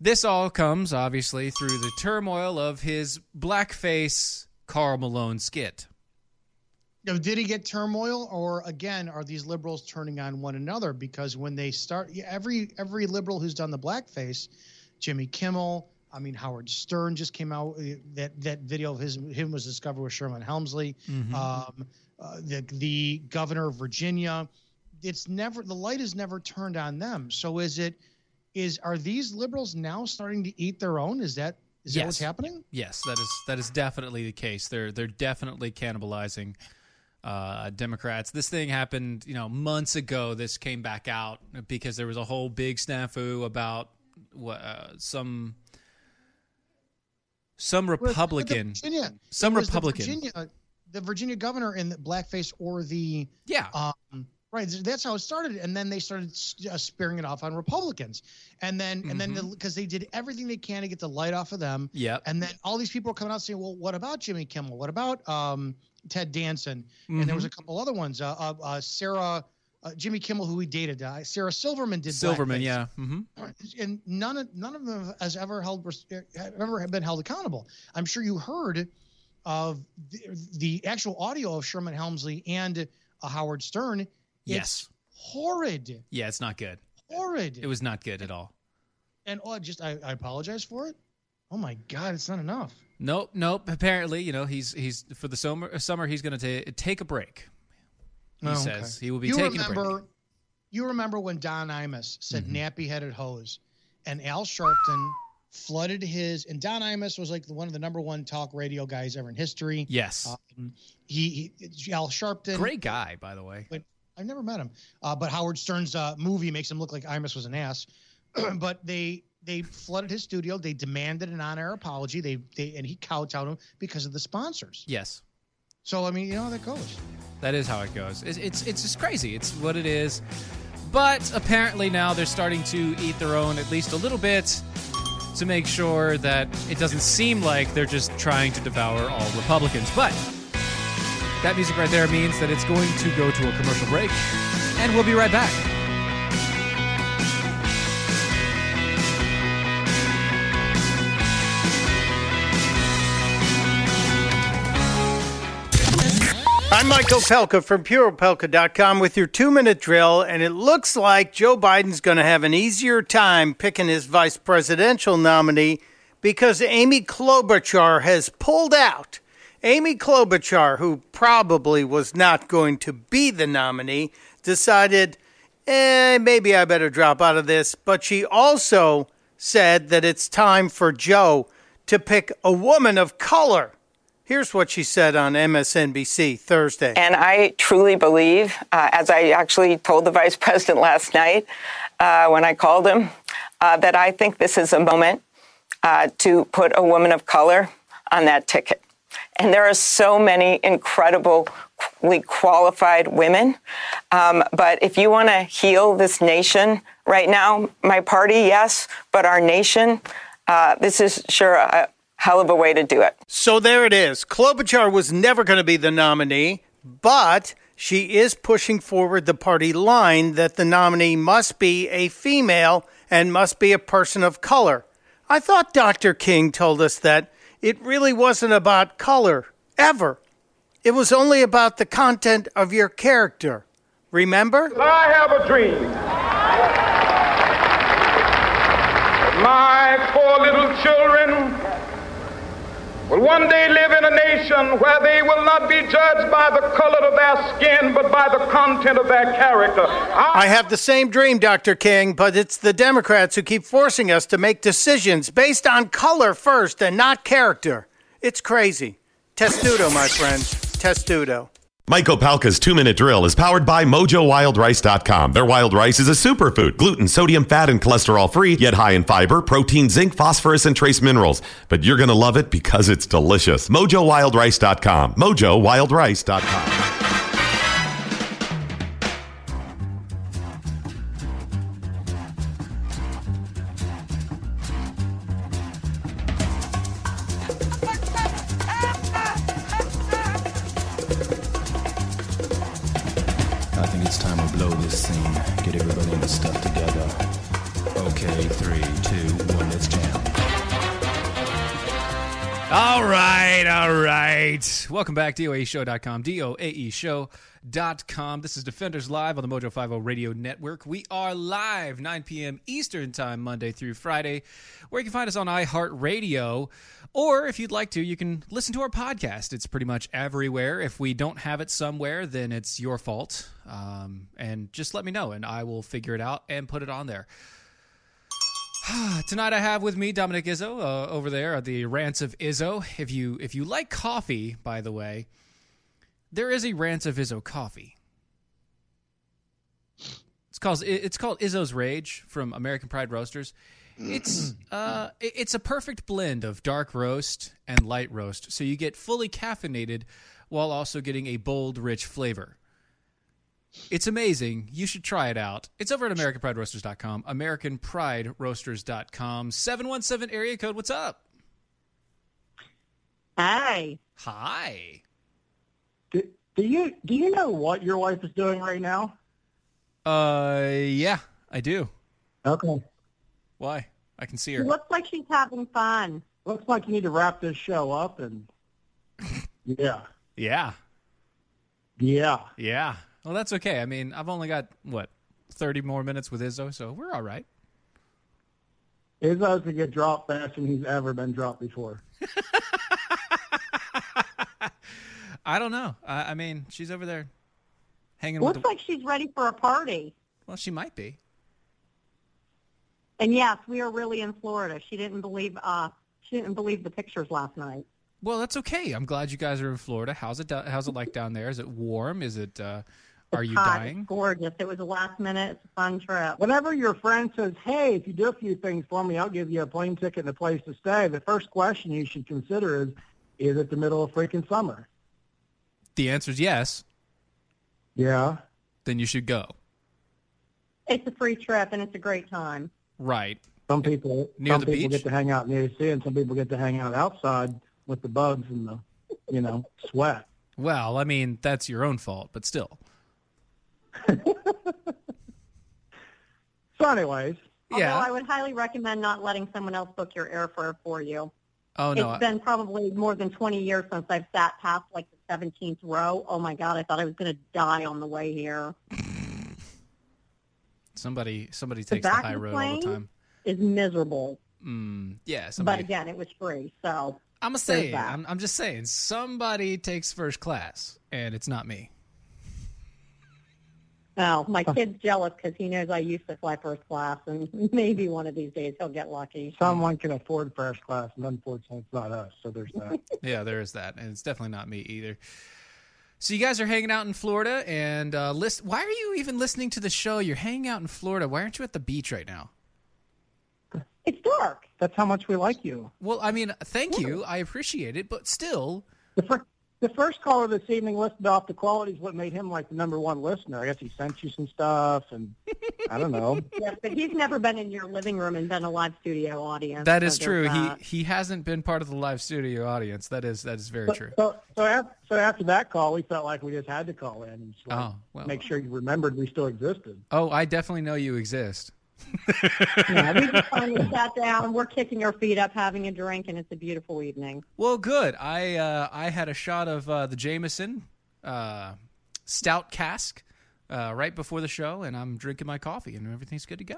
[SPEAKER 2] This all comes obviously through the turmoil of his blackface Carl Malone skit.
[SPEAKER 3] Now, did he get turmoil, or again, are these liberals turning on one another? Because when they start, yeah, every every liberal who's done the blackface, Jimmy Kimmel, I mean Howard Stern just came out uh, that that video of his him was discovered with Sherman Helmsley,
[SPEAKER 2] Mm-hmm.
[SPEAKER 3] um, uh, the the governor of Virginia. It's never the light is never turned on them. So is it is are these liberals now starting to eat their own? Is that is that what's
[SPEAKER 2] Yes.
[SPEAKER 3] happening?
[SPEAKER 2] Yes, that is that is definitely the case. They're they're definitely cannibalizing uh, Democrats. This thing happened, you know, months ago. This came back out because there was a whole big snafu about what uh, some some
[SPEAKER 3] Well, it's-
[SPEAKER 2] Republican,
[SPEAKER 3] Virginia.
[SPEAKER 2] some
[SPEAKER 3] was the
[SPEAKER 2] Republican.
[SPEAKER 3] Virginia, the Virginia governor in the blackface or the
[SPEAKER 2] yeah,
[SPEAKER 3] um, right. That's how it started, and then they started s- uh, spearing it off on Republicans, and then and
[SPEAKER 2] Mm-hmm.
[SPEAKER 3] then because they did everything they can to get the light off of them,
[SPEAKER 2] yep.
[SPEAKER 3] and then all these people are coming out saying, "Well, what about Jimmy Kimmel? What about um, Ted Danson?"
[SPEAKER 2] Mm-hmm.
[SPEAKER 3] And there was a couple other ones. Uh, uh, uh, Sarah, uh, Jimmy Kimmel, who he dated, uh, Sarah Silverman did.
[SPEAKER 2] Silverman,
[SPEAKER 3] blackface.
[SPEAKER 2] yeah, hmm
[SPEAKER 3] And none of none of them has ever held res- have ever been held accountable. I'm sure you heard of the, the actual audio of Sherman Helmsley and uh, Howard Stern. It's
[SPEAKER 2] yes,
[SPEAKER 3] horrid,
[SPEAKER 2] yeah. It's not good.
[SPEAKER 3] horrid.
[SPEAKER 2] It was not good at all.
[SPEAKER 3] and oh, just I, I apologize for it. Oh my God, it's not enough.
[SPEAKER 2] Nope, nope. Apparently, you know, he's he's for the summer. Summer, he's going to take a break. He
[SPEAKER 3] Oh, okay.
[SPEAKER 2] says he will be
[SPEAKER 3] you
[SPEAKER 2] taking a break. Mm-hmm.
[SPEAKER 3] remember, you remember when Don Imus said nappy-headed hose, and Al Sharpton flooded his. And Don Imus was like the, one of the number one talk radio guys ever in history.
[SPEAKER 2] Yes.
[SPEAKER 3] Um, he, he Al Sharpton.
[SPEAKER 2] Great guy, by the way.
[SPEAKER 3] I've never met him, uh, but Howard Stern's uh, movie makes him look like Imus was an ass. but they they flooded his studio. They demanded an on-air apology. They they and he couch out him because of the sponsors.
[SPEAKER 2] Yes.
[SPEAKER 3] So I mean, you know how that goes.
[SPEAKER 2] That is how it goes. It's, it's it's just crazy. It's what it is. But apparently now they're starting to eat their own at least a little bit to make sure that it doesn't seem like they're just trying to devour all Republicans. But that music right there means that it's going to go to a commercial break, and we'll be right back.
[SPEAKER 7] I'm Michael Pelka from PurePelka.com with your two minute drill, and it looks like Joe Biden's going to have an easier time picking his vice presidential nominee because Amy Klobuchar has pulled out. Amy Klobuchar, who probably was not going to be the nominee, decided, eh, maybe I better drop out of this. But she also said that it's time for Joe to pick a woman of color. Here's what she said on MSNBC Thursday.
[SPEAKER 8] And I truly believe, uh, as I actually told the vice president last night uh, when I called him, uh, that I think this is a moment uh, to put a woman of color on that ticket. And there are so many incredibly qualified women. Um, but if you want to heal this nation right now, my party, yes, but our nation, uh, this is sure a hell of a way to do it.
[SPEAKER 7] So there it is. Klobuchar was never going to be the nominee, but she is pushing forward the party line that the nominee must be a female and must be a person of color. I thought Dr. King told us that it really wasn't about color, ever. It was only about the content of your character. Remember?
[SPEAKER 9] I have a dream. My four little children will one day live in a nation where they will not be judged by the color of their skin, but by the content of their character.
[SPEAKER 7] I have the same dream, Dr. King, but it's the Democrats who keep forcing us to make decisions based on color first and not character. It's crazy. Testudo, my friends. Testudo.
[SPEAKER 10] Michael Palka's two minute drill is powered by MojoWildRice.com. Their wild rice is a superfood, gluten, sodium, fat, and cholesterol free, yet high in fiber, protein, zinc, phosphorus, and trace minerals. But you're going to love it because it's delicious. MojoWildRice.com. MojoWildRice.com.
[SPEAKER 11] I think it's time we blow this scene. Get everybody in the stuff together. Okay, three, two, one, let's jam.
[SPEAKER 2] All right, all right. Welcome back, DOAEshow.com, E DOAEshow.com. This is Defenders Live on the Mojo 50 Radio Network. We are live 9 p.m. Eastern Time, Monday through Friday, where you can find us on iHeartRadio. Or if you'd like to, you can listen to our podcast. It's pretty much everywhere. If we don't have it somewhere, then it's your fault. Um, and just let me know, and I will figure it out and put it on there. Tonight I have with me Dominic Izzo uh, over there at the Rants of Izzo. If you if you like coffee, by the way, there is a Rants of Izzo coffee. It's called it's called Izzo's Rage from American Pride Roasters. It's uh it- it's a perfect blend of dark roast and light roast, so you get fully caffeinated while also getting a bold, rich flavor. It's amazing. You should try it out. It's over at AmericanPrideRoasters.com. AmericanPrideRoasters.com. 717 area code. What's up?
[SPEAKER 12] Hi.
[SPEAKER 2] Hi.
[SPEAKER 4] Do, do you do you know what your wife is doing right now?
[SPEAKER 2] Uh, yeah, I do.
[SPEAKER 4] Okay.
[SPEAKER 2] Why? I can see her.
[SPEAKER 12] Looks like she's having fun.
[SPEAKER 4] Looks like you need to wrap this show up and yeah,
[SPEAKER 2] Yeah.
[SPEAKER 4] yeah.
[SPEAKER 2] Yeah. Well, that's okay. I mean, I've only got, what, 30 more minutes with Izzo, so we're all right.
[SPEAKER 4] Izzo's to get dropped faster than he's ever been dropped before.
[SPEAKER 2] I don't know. I, I mean, she's over there hanging
[SPEAKER 12] Looks
[SPEAKER 2] with the.
[SPEAKER 12] like she's ready for a party.
[SPEAKER 2] Well, she might be.
[SPEAKER 12] And yes, we are really in Florida. She didn't believe uh she didn't believe the pictures last night.
[SPEAKER 2] Well, that's okay. I'm glad you guys are in Florida. How's it? do- How's it like down there? Is it warm? Is it? Uh, Are you
[SPEAKER 12] hot.
[SPEAKER 2] dying?
[SPEAKER 12] It's gorgeous. It was a last minute. It's a fun trip.
[SPEAKER 4] Whenever your friend says, hey, if you do a few things for me, I'll give you a plane ticket and a place to stay, the first question you should consider is, is it the middle of freaking summer?
[SPEAKER 2] The answer is yes.
[SPEAKER 4] Yeah.
[SPEAKER 2] Then you should go.
[SPEAKER 12] It's a free trip and it's a great time.
[SPEAKER 2] Right.
[SPEAKER 4] Some people,
[SPEAKER 2] Near
[SPEAKER 4] some
[SPEAKER 2] the
[SPEAKER 4] people
[SPEAKER 2] beach?
[SPEAKER 4] get to hang out in the AC and some people get to hang out outside with the bugs and the, you know, sweat.
[SPEAKER 2] Well, I mean, that's your own fault, but still.
[SPEAKER 4] So anyways,
[SPEAKER 2] Yeah.
[SPEAKER 12] Although I would highly recommend not letting someone else book your airfare for you.
[SPEAKER 2] Oh
[SPEAKER 12] It's
[SPEAKER 2] no. I-
[SPEAKER 12] been probably more than 20 years since I've sat past like the 17th row. Oh my God, I thought I was going to die on the way here.
[SPEAKER 2] Somebody somebody
[SPEAKER 12] The
[SPEAKER 2] takes the
[SPEAKER 12] back
[SPEAKER 2] high
[SPEAKER 12] of
[SPEAKER 2] road all
[SPEAKER 12] plane
[SPEAKER 2] the time.
[SPEAKER 12] is miserable.
[SPEAKER 2] Mm, yeah,
[SPEAKER 12] But
[SPEAKER 2] somebody.
[SPEAKER 12] again, it was free, so
[SPEAKER 2] I'm gonna
[SPEAKER 12] there's
[SPEAKER 2] say
[SPEAKER 12] that.
[SPEAKER 2] I'm, I'm just saying somebody takes first class and it's not me.
[SPEAKER 12] No, my kid's jealous because he knows I used to fly first class, and maybe one of these days he'll get lucky.
[SPEAKER 4] someone can afford first class and unfortunately it's not us. So there's that.
[SPEAKER 2] Yeah, there is that, and it's definitely not me either. So you guys are hanging out in Florida, and uh, list. Why are you even listening to the show? You're hanging out in Florida. Why aren't you at the beach right now?
[SPEAKER 12] It's dark.
[SPEAKER 4] That's how much we like you.
[SPEAKER 2] Well, I mean, thank you. I appreciate it, but still,
[SPEAKER 4] The, fir- the first caller this evening listed off the qualities what made him like the number one listener. I guess he sent you some stuff, and I don't know.
[SPEAKER 12] yes, but he's never been in your living room and been a live studio audience.
[SPEAKER 2] that
[SPEAKER 12] so
[SPEAKER 2] is
[SPEAKER 12] there's
[SPEAKER 2] true. He
[SPEAKER 12] that.
[SPEAKER 2] he hasn't been part of the live studio audience. That is that is very
[SPEAKER 4] So,
[SPEAKER 2] true.
[SPEAKER 4] so, so, after, so after that call, we felt like we just had to call in and just, like,
[SPEAKER 2] Oh, well.
[SPEAKER 4] make sure you remembered we still existed.
[SPEAKER 2] Oh, I definitely know you exist.
[SPEAKER 12] Yeah, we just finally sat down. We're kicking our feet up, having a drink, and it's a beautiful evening.
[SPEAKER 2] Well, good. I uh, I had a shot of uh, the Jameson uh, stout cask uh, right before the show, and I'm drinking my coffee, and everything's good to go.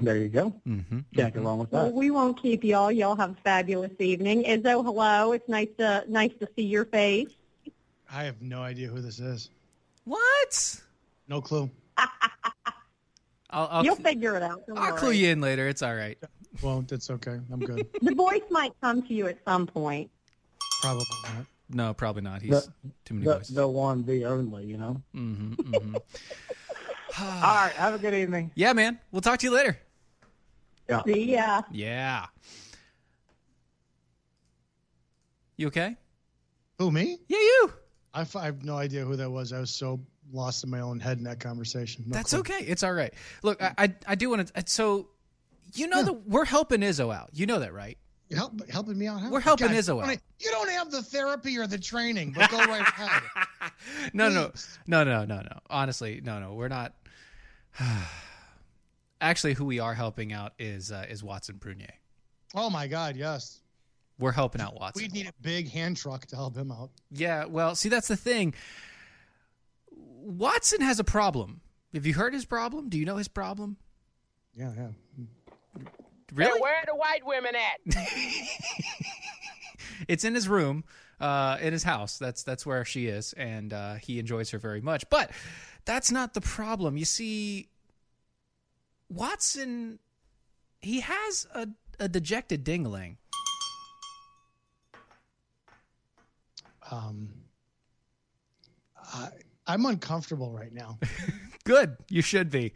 [SPEAKER 4] There you go.
[SPEAKER 2] Mm-hmm.
[SPEAKER 4] Can't go wrong with
[SPEAKER 12] Well,
[SPEAKER 4] that.
[SPEAKER 12] we won't keep y'all. Y'all have a fabulous evening. Izzo, hello. It's nice to nice to see your face.
[SPEAKER 3] I have no idea who this is.
[SPEAKER 2] What?
[SPEAKER 3] No clue.
[SPEAKER 2] I'll I'll,
[SPEAKER 12] You'll figure it out. Don't
[SPEAKER 2] I'll
[SPEAKER 12] worry.
[SPEAKER 2] clue you in later. It's all right.
[SPEAKER 3] Won't. It's okay. I'm good.
[SPEAKER 12] The voice might come to you at some point.
[SPEAKER 3] Probably not.
[SPEAKER 2] No, probably not. He's
[SPEAKER 4] The-
[SPEAKER 2] too many
[SPEAKER 4] The,
[SPEAKER 2] voices.
[SPEAKER 4] the one, the only, you know.
[SPEAKER 2] hmm hmm
[SPEAKER 4] All
[SPEAKER 2] Ah.
[SPEAKER 4] right, have a good evening.
[SPEAKER 2] yeah, man. We'll talk to you later.
[SPEAKER 4] Yeah.
[SPEAKER 12] See ya.
[SPEAKER 2] Yeah. You okay?
[SPEAKER 3] Who me?
[SPEAKER 2] Yeah, you.
[SPEAKER 3] I, f- I have no idea who that was. I was so lost in my own head in that conversation. No
[SPEAKER 2] That's
[SPEAKER 3] clue.
[SPEAKER 2] okay. It's all right. Look, I I, I do want to. So, you know that we're helping Izzo out. You know that, right?
[SPEAKER 3] You're help, helping me out. How?
[SPEAKER 2] We're helping
[SPEAKER 3] God,
[SPEAKER 2] Izzo
[SPEAKER 3] you
[SPEAKER 2] out.
[SPEAKER 3] don't- e, You don't have the therapy or the training, but go right ahead.
[SPEAKER 2] No, no, no, no, no, no. Honestly, no, no. We're not. Actually, who we are helping out is uh, is Watson Prunier.
[SPEAKER 3] Oh my God, yes.
[SPEAKER 2] We're helping out Watson.
[SPEAKER 3] We'd need a big hand truck to help him out.
[SPEAKER 2] Yeah. Well, see, that's the thing. Watson has a problem. Have you heard his problem? Do you know his problem?
[SPEAKER 3] Yeah, yeah.
[SPEAKER 2] Really?
[SPEAKER 13] where are the white women at?
[SPEAKER 2] it's in his room uh, in his house that's that's where she is and uh, he enjoys her very much but that's not the problem you see watson he has a, a dejected dingling
[SPEAKER 3] Um, I, I'm uncomfortable right now.
[SPEAKER 2] good you should be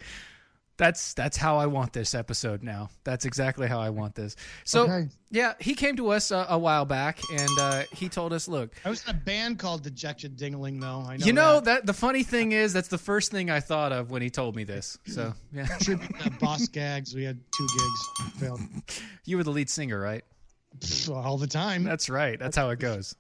[SPEAKER 2] that's that's how i want this episode now that's exactly how i want this so
[SPEAKER 3] Okay.
[SPEAKER 2] yeah he came to us a, a while back and uh, he told us look
[SPEAKER 3] I was in a band called Dejected Dingling, though. I know.
[SPEAKER 2] you know that. the funny thing is that's the first thing i thought of when he told me this so yeah
[SPEAKER 3] that. tribute to Boss Gags. We had two gigs. Failed
[SPEAKER 2] you were the lead singer right
[SPEAKER 3] Pff, all the time.
[SPEAKER 2] That's right. That's how it goes.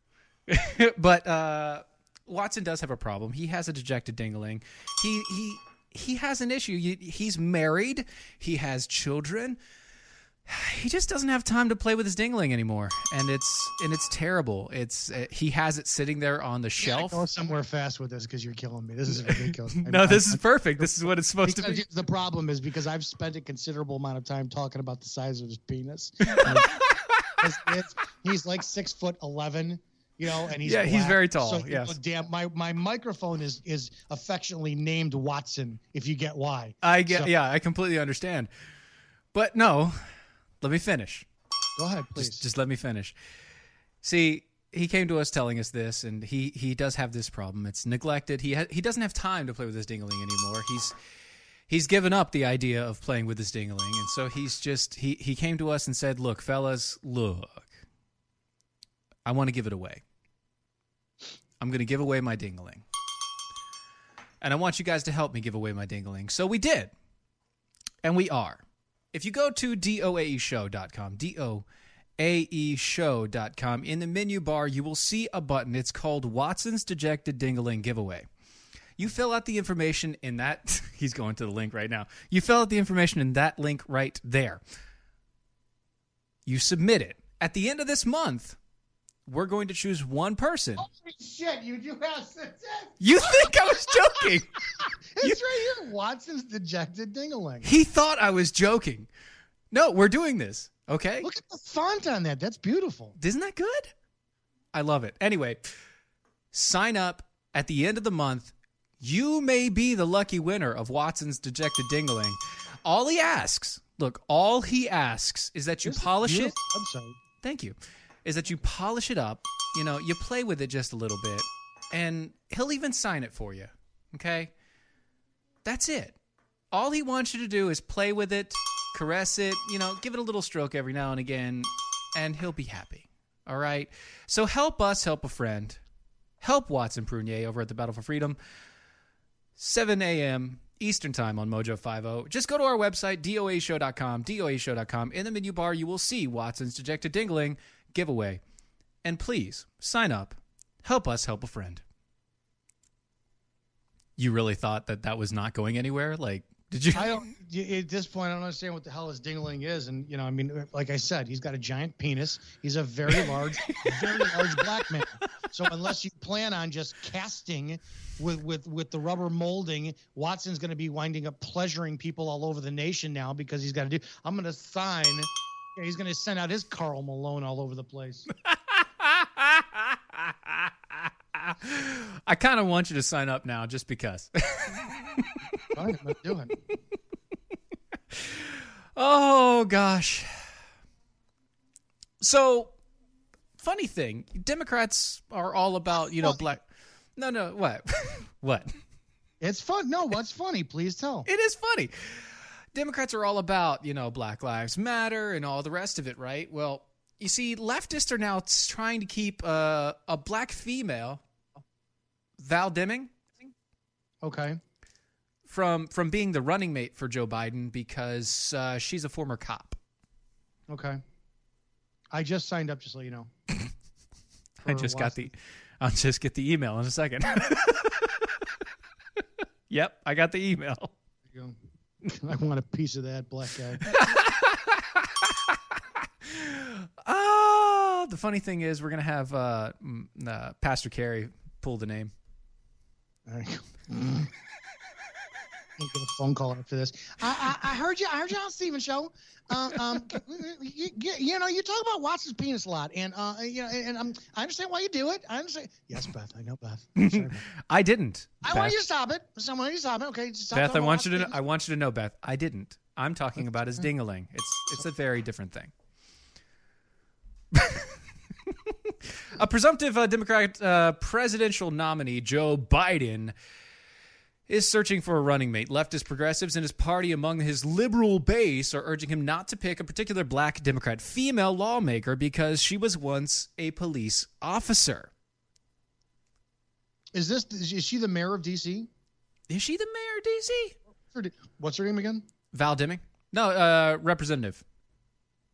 [SPEAKER 2] but uh, Watson does have a problem. He has a dejected dingling. He he he has an issue. You- He's married. He has children. He just doesn't have time to play with his dingling anymore, and it's and it's terrible. It's uh, he has it sitting there on the shelf.
[SPEAKER 3] Go somewhere fast with this because you're killing me. This is ridiculous.
[SPEAKER 2] No, this is perfect. This is what it's supposed to
[SPEAKER 3] Because
[SPEAKER 2] be.
[SPEAKER 3] the problem is because I've spent a considerable amount of time talking about the size of his penis. Because it's- he's like six foot eleven, you know, and he's
[SPEAKER 2] Yeah, he's
[SPEAKER 3] black.
[SPEAKER 2] very tall,
[SPEAKER 3] you
[SPEAKER 2] yes.
[SPEAKER 3] know, damn, my my microphone is is affectionately named Watson. If you get why,
[SPEAKER 2] I get.
[SPEAKER 3] So-
[SPEAKER 2] yeah, I completely understand. But no, let me finish.
[SPEAKER 3] Go ahead, please.
[SPEAKER 2] Just, just let me finish. See, he came to us telling us this, and he he does have this problem. It's neglected. He ha- he doesn't have time to play with his dingaling anymore. He's he's given up the idea of playing with his dingaling, and so he's just he he came to us and said, "Look, fellas, look, I want to give it away. I'm going to give away my dingaling, and I want you guys to help me give away my dingaling." So we did, and we are. If you go to doaeshow.com, d o E aeshow.com. In the menu bar, you will see a button. It's called Watson's Dejected Dingling Giveaway. You fill out the information in that. he's going to the link right now. You fill out the information in that link right there. You submit it. At the end of this month, we're going to choose one person.
[SPEAKER 3] Holy shit, you do have success.
[SPEAKER 2] You think I was joking?
[SPEAKER 3] it's right here. Watson's dejected dingaling.
[SPEAKER 2] He thought I was joking. No, we're doing this. Okay.
[SPEAKER 3] Look at the font on that. That's beautiful.
[SPEAKER 2] Isn't that good? I love it. Anyway, sign up at the end of the month. You may be the lucky winner of Watson's Dejected Dingling. All he asks, look, all he asks is that you
[SPEAKER 3] This is
[SPEAKER 2] polish it.
[SPEAKER 3] beautiful. I'm sorry.
[SPEAKER 2] Thank you. Is that you polish it up, you know, you play with it just a little bit, and he'll even sign it for you. Okay? That's it. All he wants you to do is play with it, caress it, you know, give it a little stroke every now and again, and he'll be happy. All right? So help us help a friend. Help Watson Prunier over at the Battle for Freedom. 7 a.m. Eastern Time on Mojo 50. Just go to our website, doashow.com, doashow.com. In the menu bar, you will see Watson's Dejected Dingling giveaway. And please sign up. Help us help a friend. You really thought that that was not going anywhere? Like, did you?
[SPEAKER 3] I don't. y- At this point, I don't understand what the hell his dingling is, and you know, I mean, like I said, he's got a giant penis. He's a very large, very large black man. So unless you plan on just casting with with with the rubber molding, Watson's going to be winding up pleasuring people all over the nation now because he's got to do. I'm going to sign. yeah, He's going to send out his Carl Malone all over the place.
[SPEAKER 2] I kind of want you to sign up now just because.
[SPEAKER 3] Fine, I'm not doing. it.
[SPEAKER 2] Oh gosh. So funny thing, Democrats are all about, you know, black No, no, what? what?
[SPEAKER 3] It's fun. No, what's funny? Please tell.
[SPEAKER 2] It is funny. Democrats are all about, you know, Black Lives Matter and all the rest of it, right? Well, you see, leftists are now trying to keep uh, a black female, Val Deming,
[SPEAKER 3] Okay.
[SPEAKER 2] from from being the running mate for Joe Biden because uh, she's a former cop.
[SPEAKER 3] Okay. I just signed up, just so you know.
[SPEAKER 2] I
[SPEAKER 3] For
[SPEAKER 2] just got the I'll just get the email in a second. yep, I got the email.
[SPEAKER 3] There you go. I want a piece of that black guy.
[SPEAKER 2] Oh, the funny thing is we're going to have uh, mm, uh, Pastor Carey pull the name.
[SPEAKER 3] There you go. I'll get a phone call after this. I, I, I heard you. I heard you on Steven's show. Uh, um, you, you- you know, you talk about Watson's penis a lot, and uh, you know, and um, I understand why you do it. I understand. Yes, Beth. I know, Beth.
[SPEAKER 2] I didn't.
[SPEAKER 3] I want
[SPEAKER 2] Beth.
[SPEAKER 3] you to stop it. Someone you to stop it. Okay. Stop
[SPEAKER 2] Beth,
[SPEAKER 3] talking
[SPEAKER 2] I
[SPEAKER 3] about
[SPEAKER 2] want you to
[SPEAKER 3] Watson's
[SPEAKER 2] know, I want you to know, Beth, I didn't. I'm talking about his dingaling. It's it's a very different thing. a presumptive uh, Democrat uh, presidential nominee, Joe Biden, is searching for a running mate. Leftist progressives in his party, among his liberal base, are urging him not to pick a particular black Democrat female lawmaker because she was once a police officer.
[SPEAKER 3] penis. Is this? Is she the mayor of D.C.?
[SPEAKER 2] Is she the mayor
[SPEAKER 3] of D.C.? What's her name again?
[SPEAKER 2] Val Deming? No, uh, representative.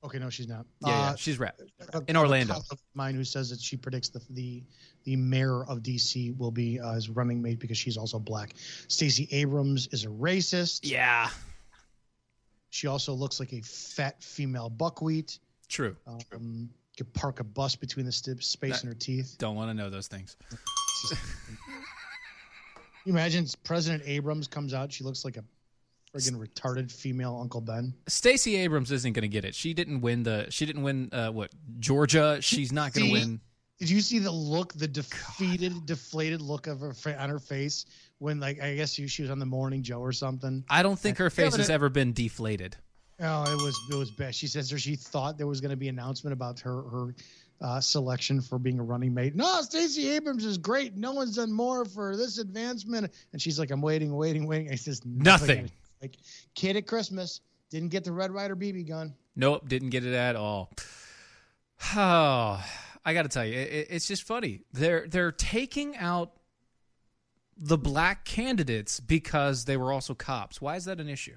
[SPEAKER 3] Okay, no, she's not.
[SPEAKER 2] Yeah, yeah
[SPEAKER 3] Uh,
[SPEAKER 2] she's rep
[SPEAKER 3] a-
[SPEAKER 2] in
[SPEAKER 3] a
[SPEAKER 2] Orlando.
[SPEAKER 3] colleague of mine who says that she predicts the the, the mayor of DC will be uh, his running mate because she's also black. Stacey Abrams is a racist.
[SPEAKER 2] Yeah.
[SPEAKER 3] She also looks like a fat female buckwheat.
[SPEAKER 2] True.
[SPEAKER 3] Um, could park a bus between the sti- space
[SPEAKER 2] That-
[SPEAKER 3] in her teeth.
[SPEAKER 2] Don't want to know those things.
[SPEAKER 3] Can you imagine President Abrams comes out. She looks like a friggin' retarded female Uncle Ben.
[SPEAKER 2] Stacey Abrams isn't going to get it. She didn't win the. She didn't win uh, what Georgia. She's not going
[SPEAKER 3] See?
[SPEAKER 2] to win.
[SPEAKER 3] Did you see the look, the defeated, deflated look of her fa- on her face when, like, I guess she, she was on the Morning Joe or something?
[SPEAKER 2] I don't think her
[SPEAKER 3] Yeah,
[SPEAKER 2] face
[SPEAKER 3] but
[SPEAKER 2] has
[SPEAKER 3] it-
[SPEAKER 2] ever been deflated.
[SPEAKER 3] Oh, it was it was bad. She says her she thought there was going to be announcement about her her uh, selection for being a running mate. No, Stacey Abrams is great. No one's done more for this advancement. And she's like, I'm waiting, waiting, waiting. And he says,
[SPEAKER 2] Nothing.
[SPEAKER 3] Like, kid at Christmas didn't get the Red Rider BB gun.
[SPEAKER 2] Nope, didn't get it at all. Oh, I got to tell you, it, it's just funny. They're they're taking out the black candidates because they were also cops. Why is that an issue?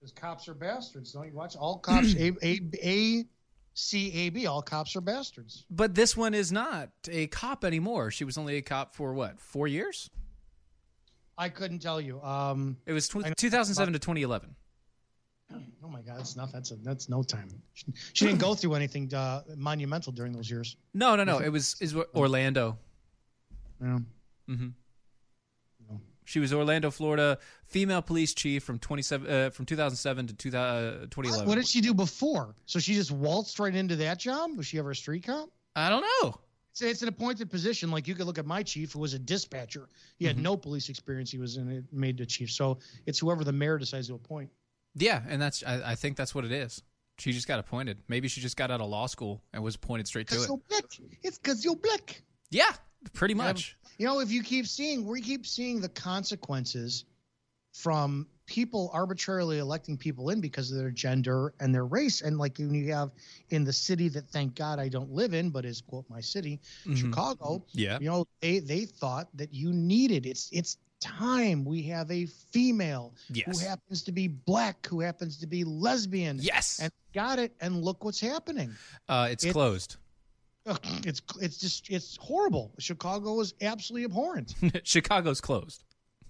[SPEAKER 3] Because cops are bastards. Don't you watch all cops? A A A C A B. All cops are bastards.
[SPEAKER 2] But this one is not a cop anymore. She was only a cop for what? 4 years?
[SPEAKER 3] I couldn't tell you. Um,
[SPEAKER 2] It was tw-
[SPEAKER 3] I know-
[SPEAKER 2] 2007 to 2011.
[SPEAKER 3] Oh my God, that's not. That's a, that's no time. She, she didn't go through anything uh, monumental during those years.
[SPEAKER 2] No, no, no. It Oh. was is what- Orlando.
[SPEAKER 3] Yeah.
[SPEAKER 2] Mm-hmm. She was Orlando, Florida, female police chief from 27 uh, from 2007 to 2000, uh, 2011.
[SPEAKER 3] What did she do before? So she just waltzed right into that job? Was she ever a street cop?
[SPEAKER 2] I don't know.
[SPEAKER 3] It's, it's an appointed position. Like you could look at my chief, who was a dispatcher. He had no police experience. He was in it, made to chief. So it's whoever the mayor decides to appoint.
[SPEAKER 2] Yeah, and that's I, I think that's what it is. She just got appointed. Maybe she just got out of law school and was appointed straight to it.
[SPEAKER 3] Because you're black. It's because you're black.
[SPEAKER 2] Yeah, pretty much.
[SPEAKER 3] You know, if you keep seeing, we keep seeing the consequences from people arbitrarily electing people in because of their gender and their race. And like when you have in the city that, thank God, I don't live in, but is quote my city,
[SPEAKER 2] Mhm.
[SPEAKER 3] Chicago.
[SPEAKER 2] Yeah.
[SPEAKER 3] You know, they they thought that you needed it's it's time we have a female
[SPEAKER 2] Yes.
[SPEAKER 3] who happens to be black, who happens to be lesbian.
[SPEAKER 2] Yes.
[SPEAKER 3] And got it. And look what's happening.
[SPEAKER 2] Uh, it's
[SPEAKER 3] It-
[SPEAKER 2] closed.
[SPEAKER 3] Ugh, It's it's just it's horrible. Chicago is absolutely abhorrent.
[SPEAKER 2] Hmm. Chicago's closed,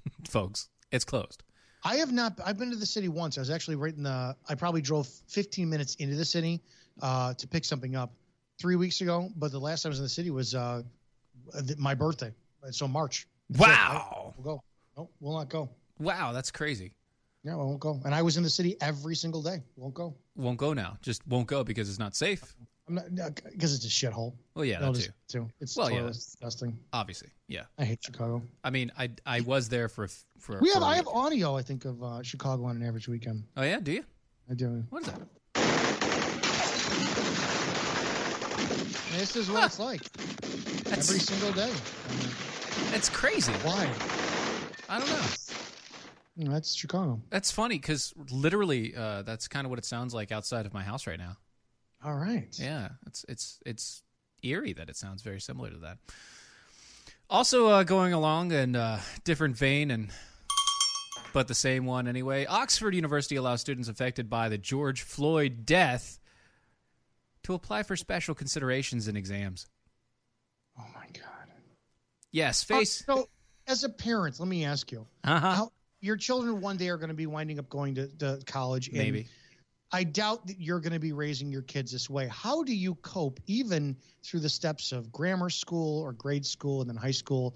[SPEAKER 2] folks. It's closed.
[SPEAKER 3] I have not. I've been to the city once. I was actually right in the. I probably drove 15 minutes into the city uh, to pick something up three weeks ago. But the last time I was in the city was uh, th- my birthday. So March.
[SPEAKER 2] Wow.
[SPEAKER 3] We'll go. No, we'll not go.
[SPEAKER 2] Wow, that's crazy.
[SPEAKER 3] No, I won't go. And I was in the city every single day. Won't go.
[SPEAKER 2] Won't go now. Just won't go because it's not safe.
[SPEAKER 3] I'm not because it's a shithole.
[SPEAKER 2] Well, yeah,
[SPEAKER 3] No,
[SPEAKER 2] that
[SPEAKER 3] just-
[SPEAKER 2] too.
[SPEAKER 3] too. It's
[SPEAKER 2] Well, yeah,
[SPEAKER 3] totally
[SPEAKER 2] that's-
[SPEAKER 3] disgusting.
[SPEAKER 2] Obviously, yeah.
[SPEAKER 3] I hate Chicago.
[SPEAKER 2] I mean, I I was there for a f- for.
[SPEAKER 3] We have.
[SPEAKER 2] for a
[SPEAKER 3] I have
[SPEAKER 2] week.
[SPEAKER 3] audio. I think of uh, Chicago on an average weekend.
[SPEAKER 2] Oh yeah, do you?
[SPEAKER 3] I do.
[SPEAKER 2] What is that?
[SPEAKER 3] This is what it's like every single day.
[SPEAKER 2] That's crazy.
[SPEAKER 3] Why?
[SPEAKER 2] I don't know.
[SPEAKER 3] You know, That's Chicago.
[SPEAKER 2] That's funny because literally, uh, that's kind of what it sounds like outside of my house right now.
[SPEAKER 3] All right.
[SPEAKER 2] Yeah, it's it's it's eerie that it sounds very similar to that. Also, uh, going along in uh, different vein and but the same one anyway. Oxford University allows students affected by the George Floyd death to apply for special considerations in exams.
[SPEAKER 3] Oh my god.
[SPEAKER 2] Yes, face.
[SPEAKER 3] Uh, so, as a parent, let me ask you:
[SPEAKER 2] Uh-huh.
[SPEAKER 3] how, Your children one day are going to be winding up going to, to college. and
[SPEAKER 2] Maybe.
[SPEAKER 3] I doubt that you're going to be raising your kids this way. How do you cope, even through the steps of grammar school or grade school and then high school,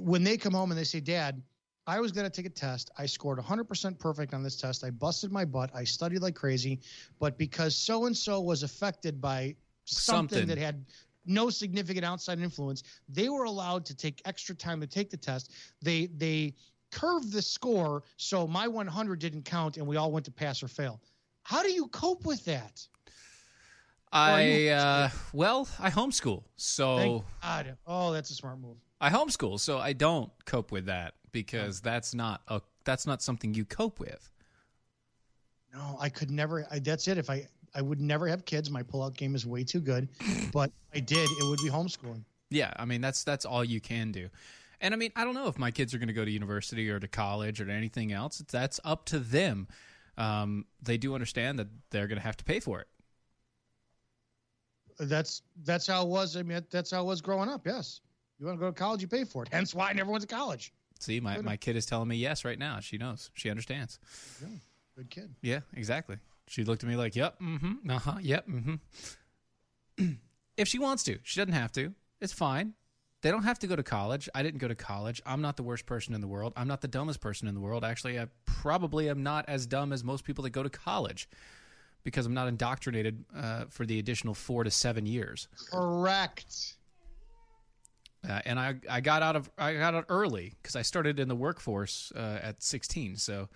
[SPEAKER 3] when they come home and they say, "Dad." I was going to take a test. I scored 100% perfect on this test. I busted my butt. I studied like crazy. But because so and so was affected by something,
[SPEAKER 2] Something.
[SPEAKER 3] that had no significant outside influence, they were allowed to take extra time to take the test. They they curved the score so my 100 didn't count and we all went to pass or fail. How do you cope with that?
[SPEAKER 2] I uh, well, I homeschool, so
[SPEAKER 3] Thank God. Oh, that's a smart move.
[SPEAKER 2] I homeschool, so I don't cope with that because that's not a that's not something you cope with.
[SPEAKER 3] No, I could never. I, that's it. If I I would never have kids. My pullout game is way too good. But if I did, it would be homeschooling.
[SPEAKER 2] Yeah, I mean that's that's all you can do. And I mean, I don't know if my kids are going to go to university or to college or to anything else. That's up to them. Um, they do understand that they're going to have to pay for it.
[SPEAKER 3] That's that's how it was. I mean, that's how it was growing up. Yes, you want to go to college, you pay for it. Hence why I never went to college.
[SPEAKER 2] See, my, my kid is telling me yes right now. She knows. She understands.
[SPEAKER 3] Good kid.
[SPEAKER 2] Yeah, exactly. She looked at me like, "Yep, mm-hmm, uh-huh, yep, mm-hmm." if she wants to, she doesn't have to. It's fine. They don't have to go to college. I didn't go to college. I'm not the worst person in the world. I'm not the dumbest person in the world. Actually, I probably am not as dumb as most people that go to college because I'm not indoctrinated uh, for the additional four to seven years.
[SPEAKER 3] Correct.
[SPEAKER 2] Uh, and I, I got out of I got out early because I started in the workforce uh, at 16. So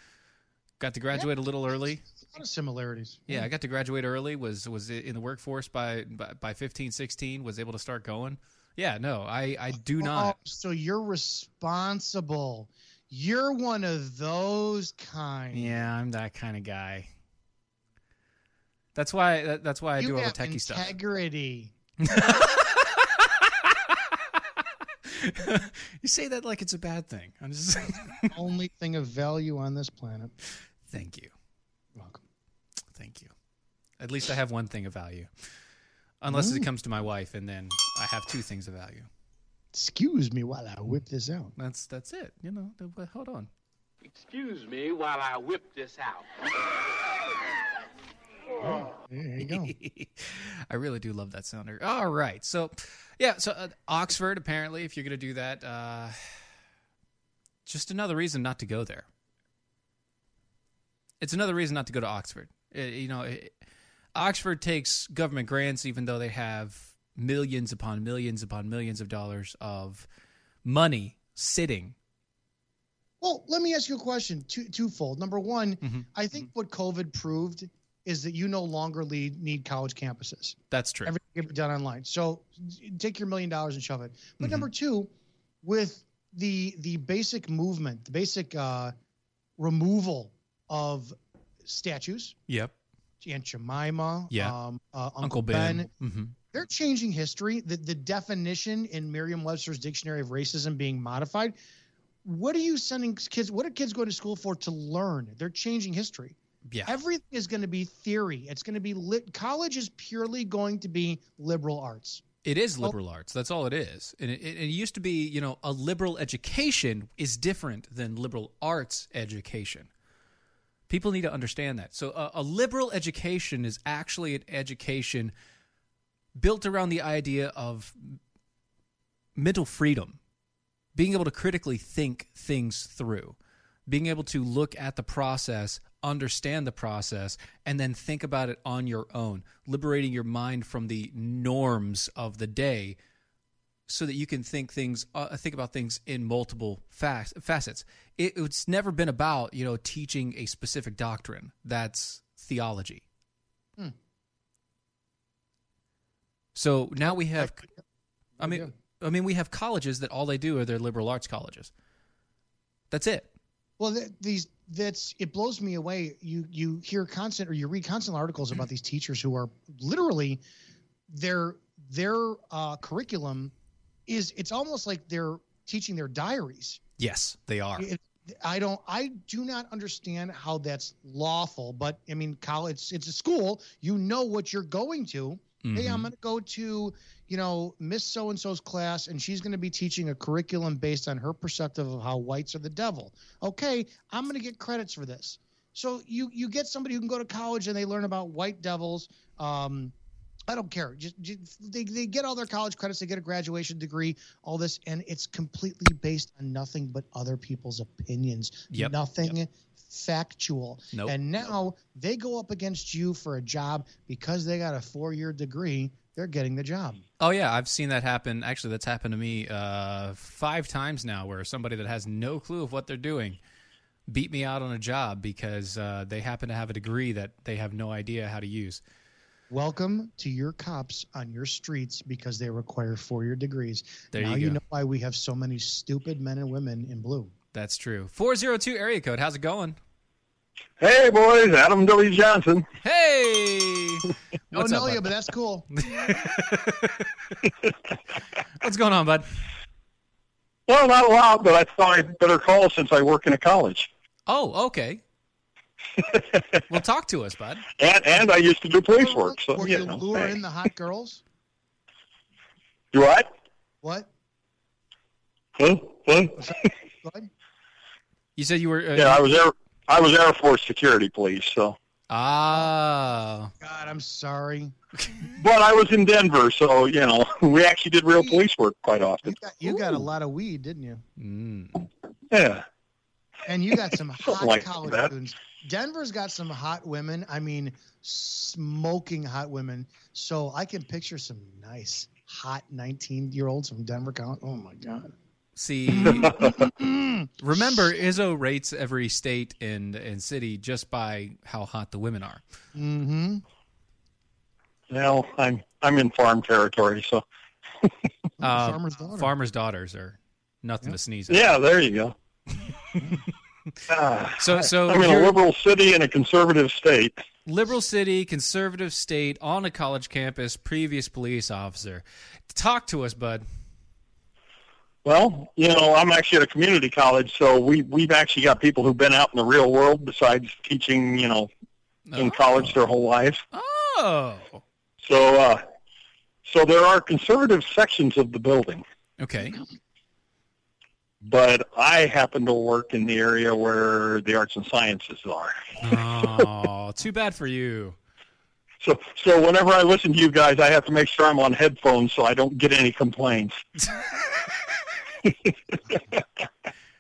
[SPEAKER 2] Got to graduate a little early.
[SPEAKER 3] A lot of similarities.
[SPEAKER 2] Yeah, I got to graduate early. Was was in the workforce by by, by 15, 16, Was able to start going. Yeah, no, I I do not.
[SPEAKER 3] Oh, so you're responsible. You're one of those kind.
[SPEAKER 2] Yeah, I'm that kind of guy. That's why that, that's why I
[SPEAKER 3] you
[SPEAKER 2] do all the
[SPEAKER 3] have
[SPEAKER 2] techie stuff.
[SPEAKER 3] integrity.
[SPEAKER 2] you say that like it's a bad thing. I'm just
[SPEAKER 3] only thing of value on this planet.
[SPEAKER 2] Thank you. Welcome. Thank you. At least I have one thing of value. Unless it
[SPEAKER 3] Mm.
[SPEAKER 2] comes to my wife and then I have two things of value.
[SPEAKER 3] Excuse me while I whip this out.
[SPEAKER 2] That's that's it. You know, th- but hold on.
[SPEAKER 13] Excuse me while I whip this out.
[SPEAKER 3] There you go.
[SPEAKER 2] I really do love that sounder. All right. So, yeah. So, uh, Oxford, apparently, if you're going to do that, uh, just another reason not to go there. It's another reason not to go to Oxford. Uh, you know, it, Oxford takes government grants, even though they have millions upon millions upon millions of dollars of money sitting.
[SPEAKER 3] Well, let me ask you a question. Two, twofold. Number one,
[SPEAKER 2] Mhm.
[SPEAKER 3] I think what COVID proved is that you no longer lead, need college campuses.
[SPEAKER 2] That's true.
[SPEAKER 3] Everything can be done online. So take your million dollars and shove it. But number two, with the the basic movement, the basic uh, removal of statues,
[SPEAKER 2] Yep.
[SPEAKER 3] Aunt Jemima,
[SPEAKER 2] Yeah.
[SPEAKER 3] um, uh, Uncle,
[SPEAKER 2] Uncle
[SPEAKER 3] Ben,
[SPEAKER 2] Ben. hmm
[SPEAKER 3] they're changing history. The, the definition in Merriam-Webster's Dictionary of Racism being modified. What are you sending kids? What are kids going to school for to learn? They're changing history.
[SPEAKER 2] Yeah.
[SPEAKER 3] Everything is going to be theory. It's going to be lit. College is purely going to be liberal arts.
[SPEAKER 2] It is liberal arts. That's all it is. And it, it, it used to be, you know, a liberal education is different than liberal arts education. People need to understand that. So, uh, a, a liberal education is actually an education built around the idea of mental freedom, being able to critically think things through, being able to look at the process, understand the process, and then think about it on your own, liberating your mind from the norms of the day so that you can think things uh, think about things in multiple fac facets it, it's never been about you know teaching a specific doctrine that's theology
[SPEAKER 3] Hmm.
[SPEAKER 2] so now we have i
[SPEAKER 3] we
[SPEAKER 2] mean i mean we have colleges that all they do are their liberal arts colleges that's it
[SPEAKER 3] Well, th- these that's it blows me away. You you hear constant or you read constant articles about these teachers who are literally their their uh, curriculum is it's almost like they're teaching their diaries.
[SPEAKER 2] yes they are
[SPEAKER 3] It- I don't. I do not understand how that's lawful. But I mean, college. It's a school. You know what you're going to. Hey, I'm
[SPEAKER 2] Mhm.
[SPEAKER 3] going to go to you know Miss So and So's class, and she's going to be teaching a curriculum based on her perspective of how whites are the devil. Okay, I'm going to get credits for this. So you you get somebody who can go to college and they learn about white devils. Um, I don't care. Just, just they, they get all their college credits, they get a graduation degree, all this, and it's completely based on nothing but other people's opinions.
[SPEAKER 2] Yep.
[SPEAKER 3] Nothing factual.
[SPEAKER 2] Nope.
[SPEAKER 3] And now they go up against you for a job because they got a four year degree, they're getting the job.
[SPEAKER 2] Oh yeah, I've seen that happen. Actually, that's happened to me uh, five times now, where somebody that has no clue of what they're doing beat me out on a job because uh, they happen to have a degree that they have no idea how to use.
[SPEAKER 3] Welcome to your cops on your streets because they require four year degrees.
[SPEAKER 2] There
[SPEAKER 3] now
[SPEAKER 2] you go.
[SPEAKER 3] know why we have so many stupid men and women in blue.
[SPEAKER 2] That's true. Four zero two area code. How's it going?
[SPEAKER 14] Hey, boys, Adam W. Johnson.
[SPEAKER 2] Hey,
[SPEAKER 3] Don't
[SPEAKER 2] what's up?
[SPEAKER 3] know
[SPEAKER 2] Bud?
[SPEAKER 3] you, Oh, but that's cool.
[SPEAKER 2] What's going on, bud?
[SPEAKER 14] Well, not a lot, but I thought I'd better call since I work in a college.
[SPEAKER 2] Oh, okay. well, talk to us, bud.
[SPEAKER 14] And and I used to do police work. So,
[SPEAKER 3] Were
[SPEAKER 14] you
[SPEAKER 3] you
[SPEAKER 14] know,
[SPEAKER 3] lure
[SPEAKER 14] hey.
[SPEAKER 3] in the hot girls?
[SPEAKER 14] You what?
[SPEAKER 3] What?
[SPEAKER 14] Hmm? Hmm?
[SPEAKER 2] You said you were. Uh,
[SPEAKER 14] yeah, I was Air, I was Air Force security police, so.
[SPEAKER 2] Ah.
[SPEAKER 3] God, I'm sorry.
[SPEAKER 14] But I was in Denver, so, you know, we actually did real police work quite often.
[SPEAKER 3] You got a lot of weed, didn't you?
[SPEAKER 2] Mm.
[SPEAKER 14] Yeah.
[SPEAKER 3] And you got some hot
[SPEAKER 14] like
[SPEAKER 3] college
[SPEAKER 14] that.
[SPEAKER 3] students. Denver's got some hot women. I mean, smoking hot women. So I can picture some nice, hot 19 year olds from Denver County. Oh, my God.
[SPEAKER 2] See, Mm-hmm. remember, Izzo rates every state and, and city just by how hot the women are.
[SPEAKER 3] Mm-hmm.
[SPEAKER 5] Well, I'm I'm in farm territory, so
[SPEAKER 2] Uh,
[SPEAKER 5] Farmer's daughter.
[SPEAKER 2] farmer's daughters are nothing to sneeze at.
[SPEAKER 5] yeah, there you go. Ah,
[SPEAKER 2] So- so
[SPEAKER 5] I'm in a
[SPEAKER 2] you're-
[SPEAKER 5] liberal city in a conservative state.
[SPEAKER 2] Liberal city, conservative state, on a college campus, previous police officer. Talk to us, bud.
[SPEAKER 5] Well, you know, I'm actually at a community college, so we we've actually got people who've been out in the real world besides teaching, you know, in college their whole lives.
[SPEAKER 2] Oh,
[SPEAKER 5] So, uh, so there are conservative sections of the building,
[SPEAKER 2] okay.
[SPEAKER 5] but I happen to work in the area where the arts and sciences are.
[SPEAKER 2] Oh, too bad for you.
[SPEAKER 5] So, so whenever I listen to you guys, I have to make sure I'm on headphones so I don't get any complaints.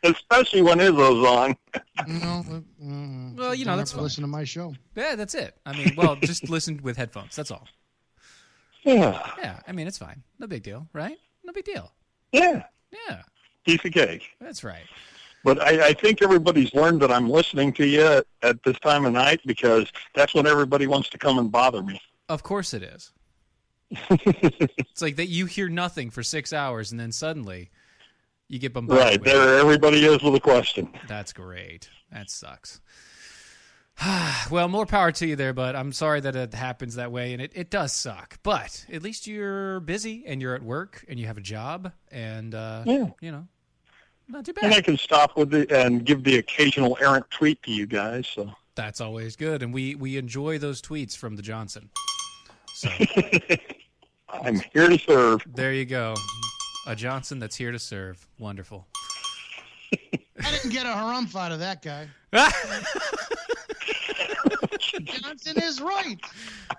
[SPEAKER 5] Especially when Izzo's on.
[SPEAKER 3] No,
[SPEAKER 2] Well, you know,
[SPEAKER 3] don't
[SPEAKER 2] that's
[SPEAKER 3] have to mm-hmm. listen to my show.
[SPEAKER 2] Yeah, that's it. I mean, well, just listen with headphones. That's all.
[SPEAKER 5] Yeah.
[SPEAKER 2] Yeah, I mean, it's fine. No big deal, right? No big deal.
[SPEAKER 5] Yeah.
[SPEAKER 2] Yeah,
[SPEAKER 5] Piece of cake.
[SPEAKER 2] that's right.
[SPEAKER 5] But I, I think everybody's learned that I'm listening to you at, at this time of night because that's when everybody wants to come and bother me.
[SPEAKER 2] Of course it is. it's like that you hear nothing for six hours and then suddenly you get bombarded.
[SPEAKER 5] right.
[SPEAKER 2] with it.
[SPEAKER 5] There everybody is with a question.
[SPEAKER 2] That's great. That sucks. well, more power to you there, but I'm sorry that it happens that way, and it, it does suck. But at least you're busy and you're at work and you have a job, and uh,
[SPEAKER 5] Yeah.
[SPEAKER 2] you know, not too
[SPEAKER 5] And I
[SPEAKER 2] bad.
[SPEAKER 5] can stop with it and give the occasional errant tweet to you guys. So
[SPEAKER 2] That's always good, and we we enjoy those tweets from the Johnson. So
[SPEAKER 5] I'm here to serve.
[SPEAKER 2] there you go, a Johnson that's here to serve. Wonderful.
[SPEAKER 3] I didn't get a harumph out of that guy. Johnson is right.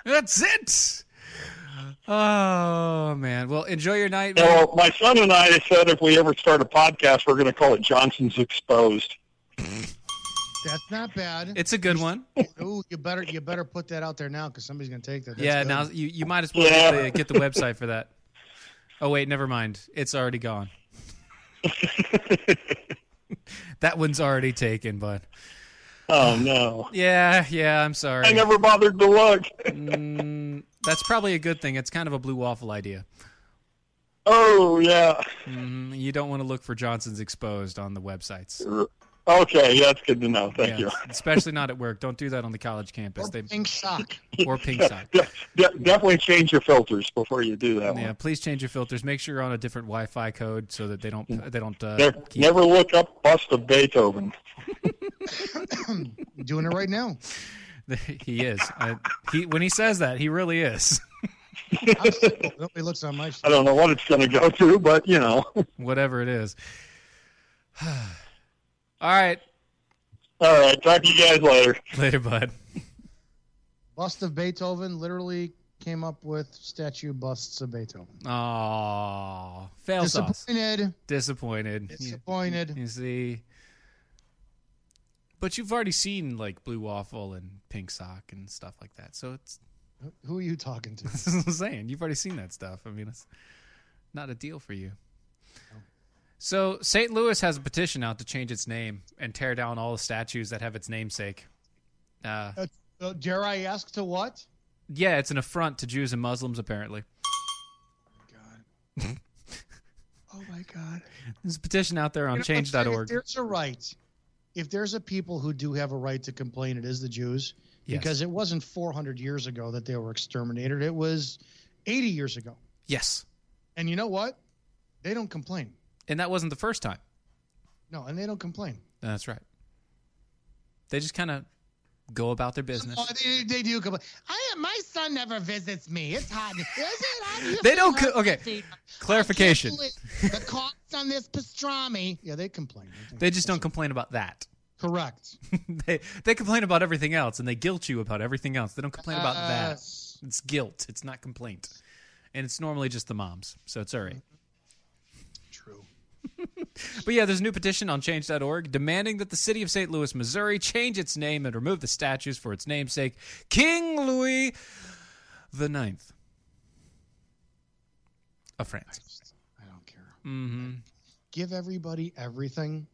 [SPEAKER 2] That's it. Oh man! Well, enjoy your night. man.
[SPEAKER 5] Now, my son and I said if we ever start a podcast, we're going to call it Johnson's Exposed.
[SPEAKER 3] That's not bad.
[SPEAKER 2] It's a good one.
[SPEAKER 3] Ooh, you better you better put that out there now because somebody's gonna take that. That's
[SPEAKER 2] yeah,
[SPEAKER 3] good.
[SPEAKER 2] now you, you might as well
[SPEAKER 3] Yeah.
[SPEAKER 2] get, the, get the website for that. Oh wait, never mind. It's already gone. that one's already taken, bud.
[SPEAKER 5] Oh no.
[SPEAKER 2] Yeah, yeah. I'm sorry.
[SPEAKER 5] I never bothered to look.
[SPEAKER 2] Mm, that's probably a good thing. It's kind of a blue waffle idea.
[SPEAKER 5] Oh yeah.
[SPEAKER 2] Mhm, You don't want to look for Johnson's exposed on the websites,
[SPEAKER 5] Okay, yeah, that's good to know. Thank
[SPEAKER 2] Yeah, especially not at work. Don't do that on the college campus. they
[SPEAKER 3] pink sock.
[SPEAKER 5] you.
[SPEAKER 2] or pink sock.
[SPEAKER 5] De- de- definitely change your filters before you do that
[SPEAKER 2] Yeah,
[SPEAKER 5] one.
[SPEAKER 2] please change your filters. Make sure you're on a different Wi-Fi code so that they don't
[SPEAKER 5] Mm.
[SPEAKER 2] they don't uh,
[SPEAKER 5] Ne- never look up bust of Beethoven.
[SPEAKER 3] doing it right now.
[SPEAKER 2] he is. I, he when he says that, he really is.
[SPEAKER 3] I'm simple. Nobody looks on my
[SPEAKER 5] I don't know what it's going to go to, but you know.
[SPEAKER 2] Whatever it is. All right.
[SPEAKER 5] All right. Talk to you guys later.
[SPEAKER 2] Later, bud.
[SPEAKER 3] bust of Beethoven. Literally came up with statue busts of Beethoven.
[SPEAKER 2] Aw. Fail sauce.
[SPEAKER 3] Disappointed.
[SPEAKER 2] Disappointed.
[SPEAKER 3] Disappointed.
[SPEAKER 2] You, you see. But you've already seen like blue waffle and pink sock and stuff like that. So it's
[SPEAKER 3] Who are you talking to?
[SPEAKER 2] that's what I'm saying. You've already seen that stuff. I mean, it's not a deal for you. So St. Louis has a petition out to change its name and tear down all the statues that have its namesake. Uh,
[SPEAKER 3] Uh, dare I ask to what?
[SPEAKER 2] yeah, it's an affront to Jews and Muslims, apparently.
[SPEAKER 3] Oh my God.
[SPEAKER 2] There's a petition out there on
[SPEAKER 3] You know, if there- If
[SPEAKER 2] change.org.
[SPEAKER 3] there's a right, if there's a people who do have a right to complain, it is the Jews,
[SPEAKER 2] Yes.
[SPEAKER 3] because it wasn't 400 years ago that they were exterminated. It was 80 years ago,
[SPEAKER 2] Yes.
[SPEAKER 3] and you know what? They don't complain.
[SPEAKER 2] And that wasn't the first time.
[SPEAKER 3] No, and they don't complain.
[SPEAKER 2] That's right. They just kind of go about their business.
[SPEAKER 3] Oh, they, they do complain. I my son never visits me. It's hot. Is it hot? You
[SPEAKER 2] They don't.
[SPEAKER 3] feel
[SPEAKER 2] Co- okay. Clarification.
[SPEAKER 3] The cost on this pastrami. Yeah, they complain.
[SPEAKER 2] They just don't complain about that.
[SPEAKER 3] Correct.
[SPEAKER 2] they they complain about everything else and they guilt you about everything else. They don't complain about
[SPEAKER 3] Uh,
[SPEAKER 2] that. It's guilt. It's not complaint. And it's normally just the moms, so it's all right.
[SPEAKER 3] True.
[SPEAKER 2] But yeah, there's a new petition on change.org demanding that the city of St. Louis, Missouri change its name and remove the statues for its namesake, King Louis the Ninth of France.
[SPEAKER 3] I don't care.
[SPEAKER 2] Mm-hmm.
[SPEAKER 3] give everybody everything.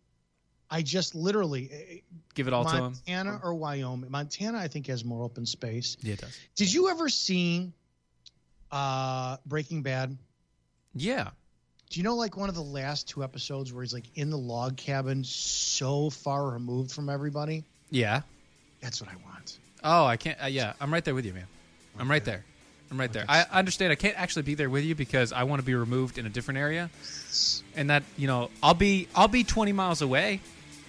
[SPEAKER 3] I just literally eh,
[SPEAKER 2] Give it all to 'em.
[SPEAKER 3] Montana or Wyoming. Montana, I think, has more open space.
[SPEAKER 2] Yeah, it does.
[SPEAKER 3] Did you ever see uh, Breaking Bad?
[SPEAKER 2] Yeah.
[SPEAKER 3] Do you know like one of the last two episodes where he's like in the log cabin, so far removed from everybody?
[SPEAKER 2] Yeah.
[SPEAKER 3] That's what I want.
[SPEAKER 2] Oh, I can't. Uh, yeah, I'm right there with you, man. I'm right there. I'm right there. I understand. I can't actually be there with you because I want to be removed in a different area, and that you know, I'll be I'll be 20 miles away.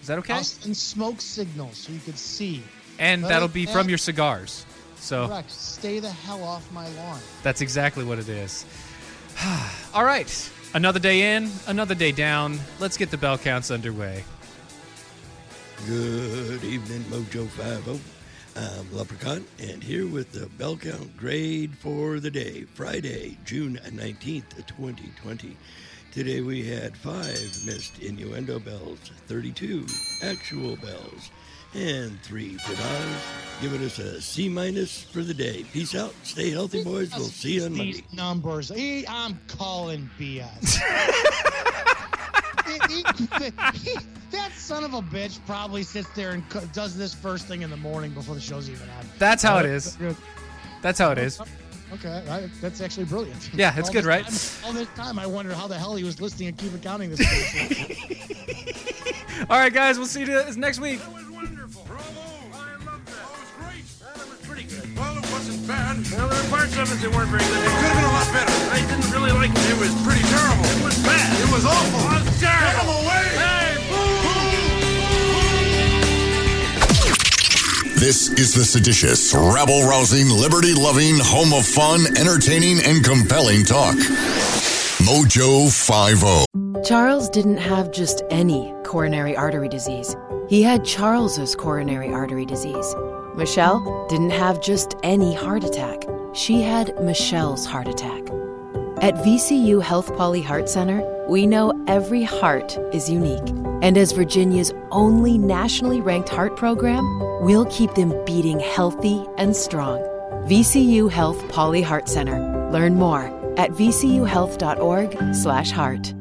[SPEAKER 2] Is that okay?
[SPEAKER 3] I'll send smoke signals so you could see.
[SPEAKER 2] and that'll be from
[SPEAKER 3] Hey,
[SPEAKER 2] your cigars. So
[SPEAKER 3] Correct. Stay the hell off my lawn.
[SPEAKER 2] that's exactly what it is. All right, another day in, another day down. Let's get the bell counts underway.
[SPEAKER 15] Good evening, Mojo 50. I'm Leprechaun, and here with the bell count grade for the day, Friday, June 19th, 2020. Today we had five missed innuendo bells, 32 actual bells, and three pedals, giving us a C minus for the day. Peace out. Stay healthy, boys. We'll see you on
[SPEAKER 3] These
[SPEAKER 15] Monday.
[SPEAKER 3] numbers. Eh, I'm calling BS. Eh, eh, he- that son of a bitch probably sits there and co- does this first thing in the morning before the show's even on. Uh,
[SPEAKER 2] That's how it is. That's how it is.
[SPEAKER 3] Okay, I, that's actually brilliant.
[SPEAKER 2] Yeah, it's
[SPEAKER 3] All
[SPEAKER 2] good,
[SPEAKER 3] this
[SPEAKER 2] right?
[SPEAKER 3] time- all this time, I wondered how the hell he was listening and keeping counting this.
[SPEAKER 2] All right, guys, we'll see you next week.
[SPEAKER 6] Well, it wasn't bad. Well, there were parts of it that weren't very good. It could have been a lot better. I didn't really like it. It was pretty terrible. It was bad. It was awful. It was terrible. Get 'em away. Hey,
[SPEAKER 16] This is the seditious, rabble rousing, liberty loving, home of fun, entertaining, and compelling talk. Mojo oh. 50.
[SPEAKER 17] Charles didn't have just any coronary artery disease. He had Charles's coronary artery disease. Michelle didn't have just any heart attack. She had Michelle's heart attack. At VCU Health Poly Heart Center, we know every heart is unique. And as Virginia's only nationally ranked heart program, we'll keep them beating healthy and strong. VCU Health Poly Heart Center. Learn more at vcuhealth.org/heart.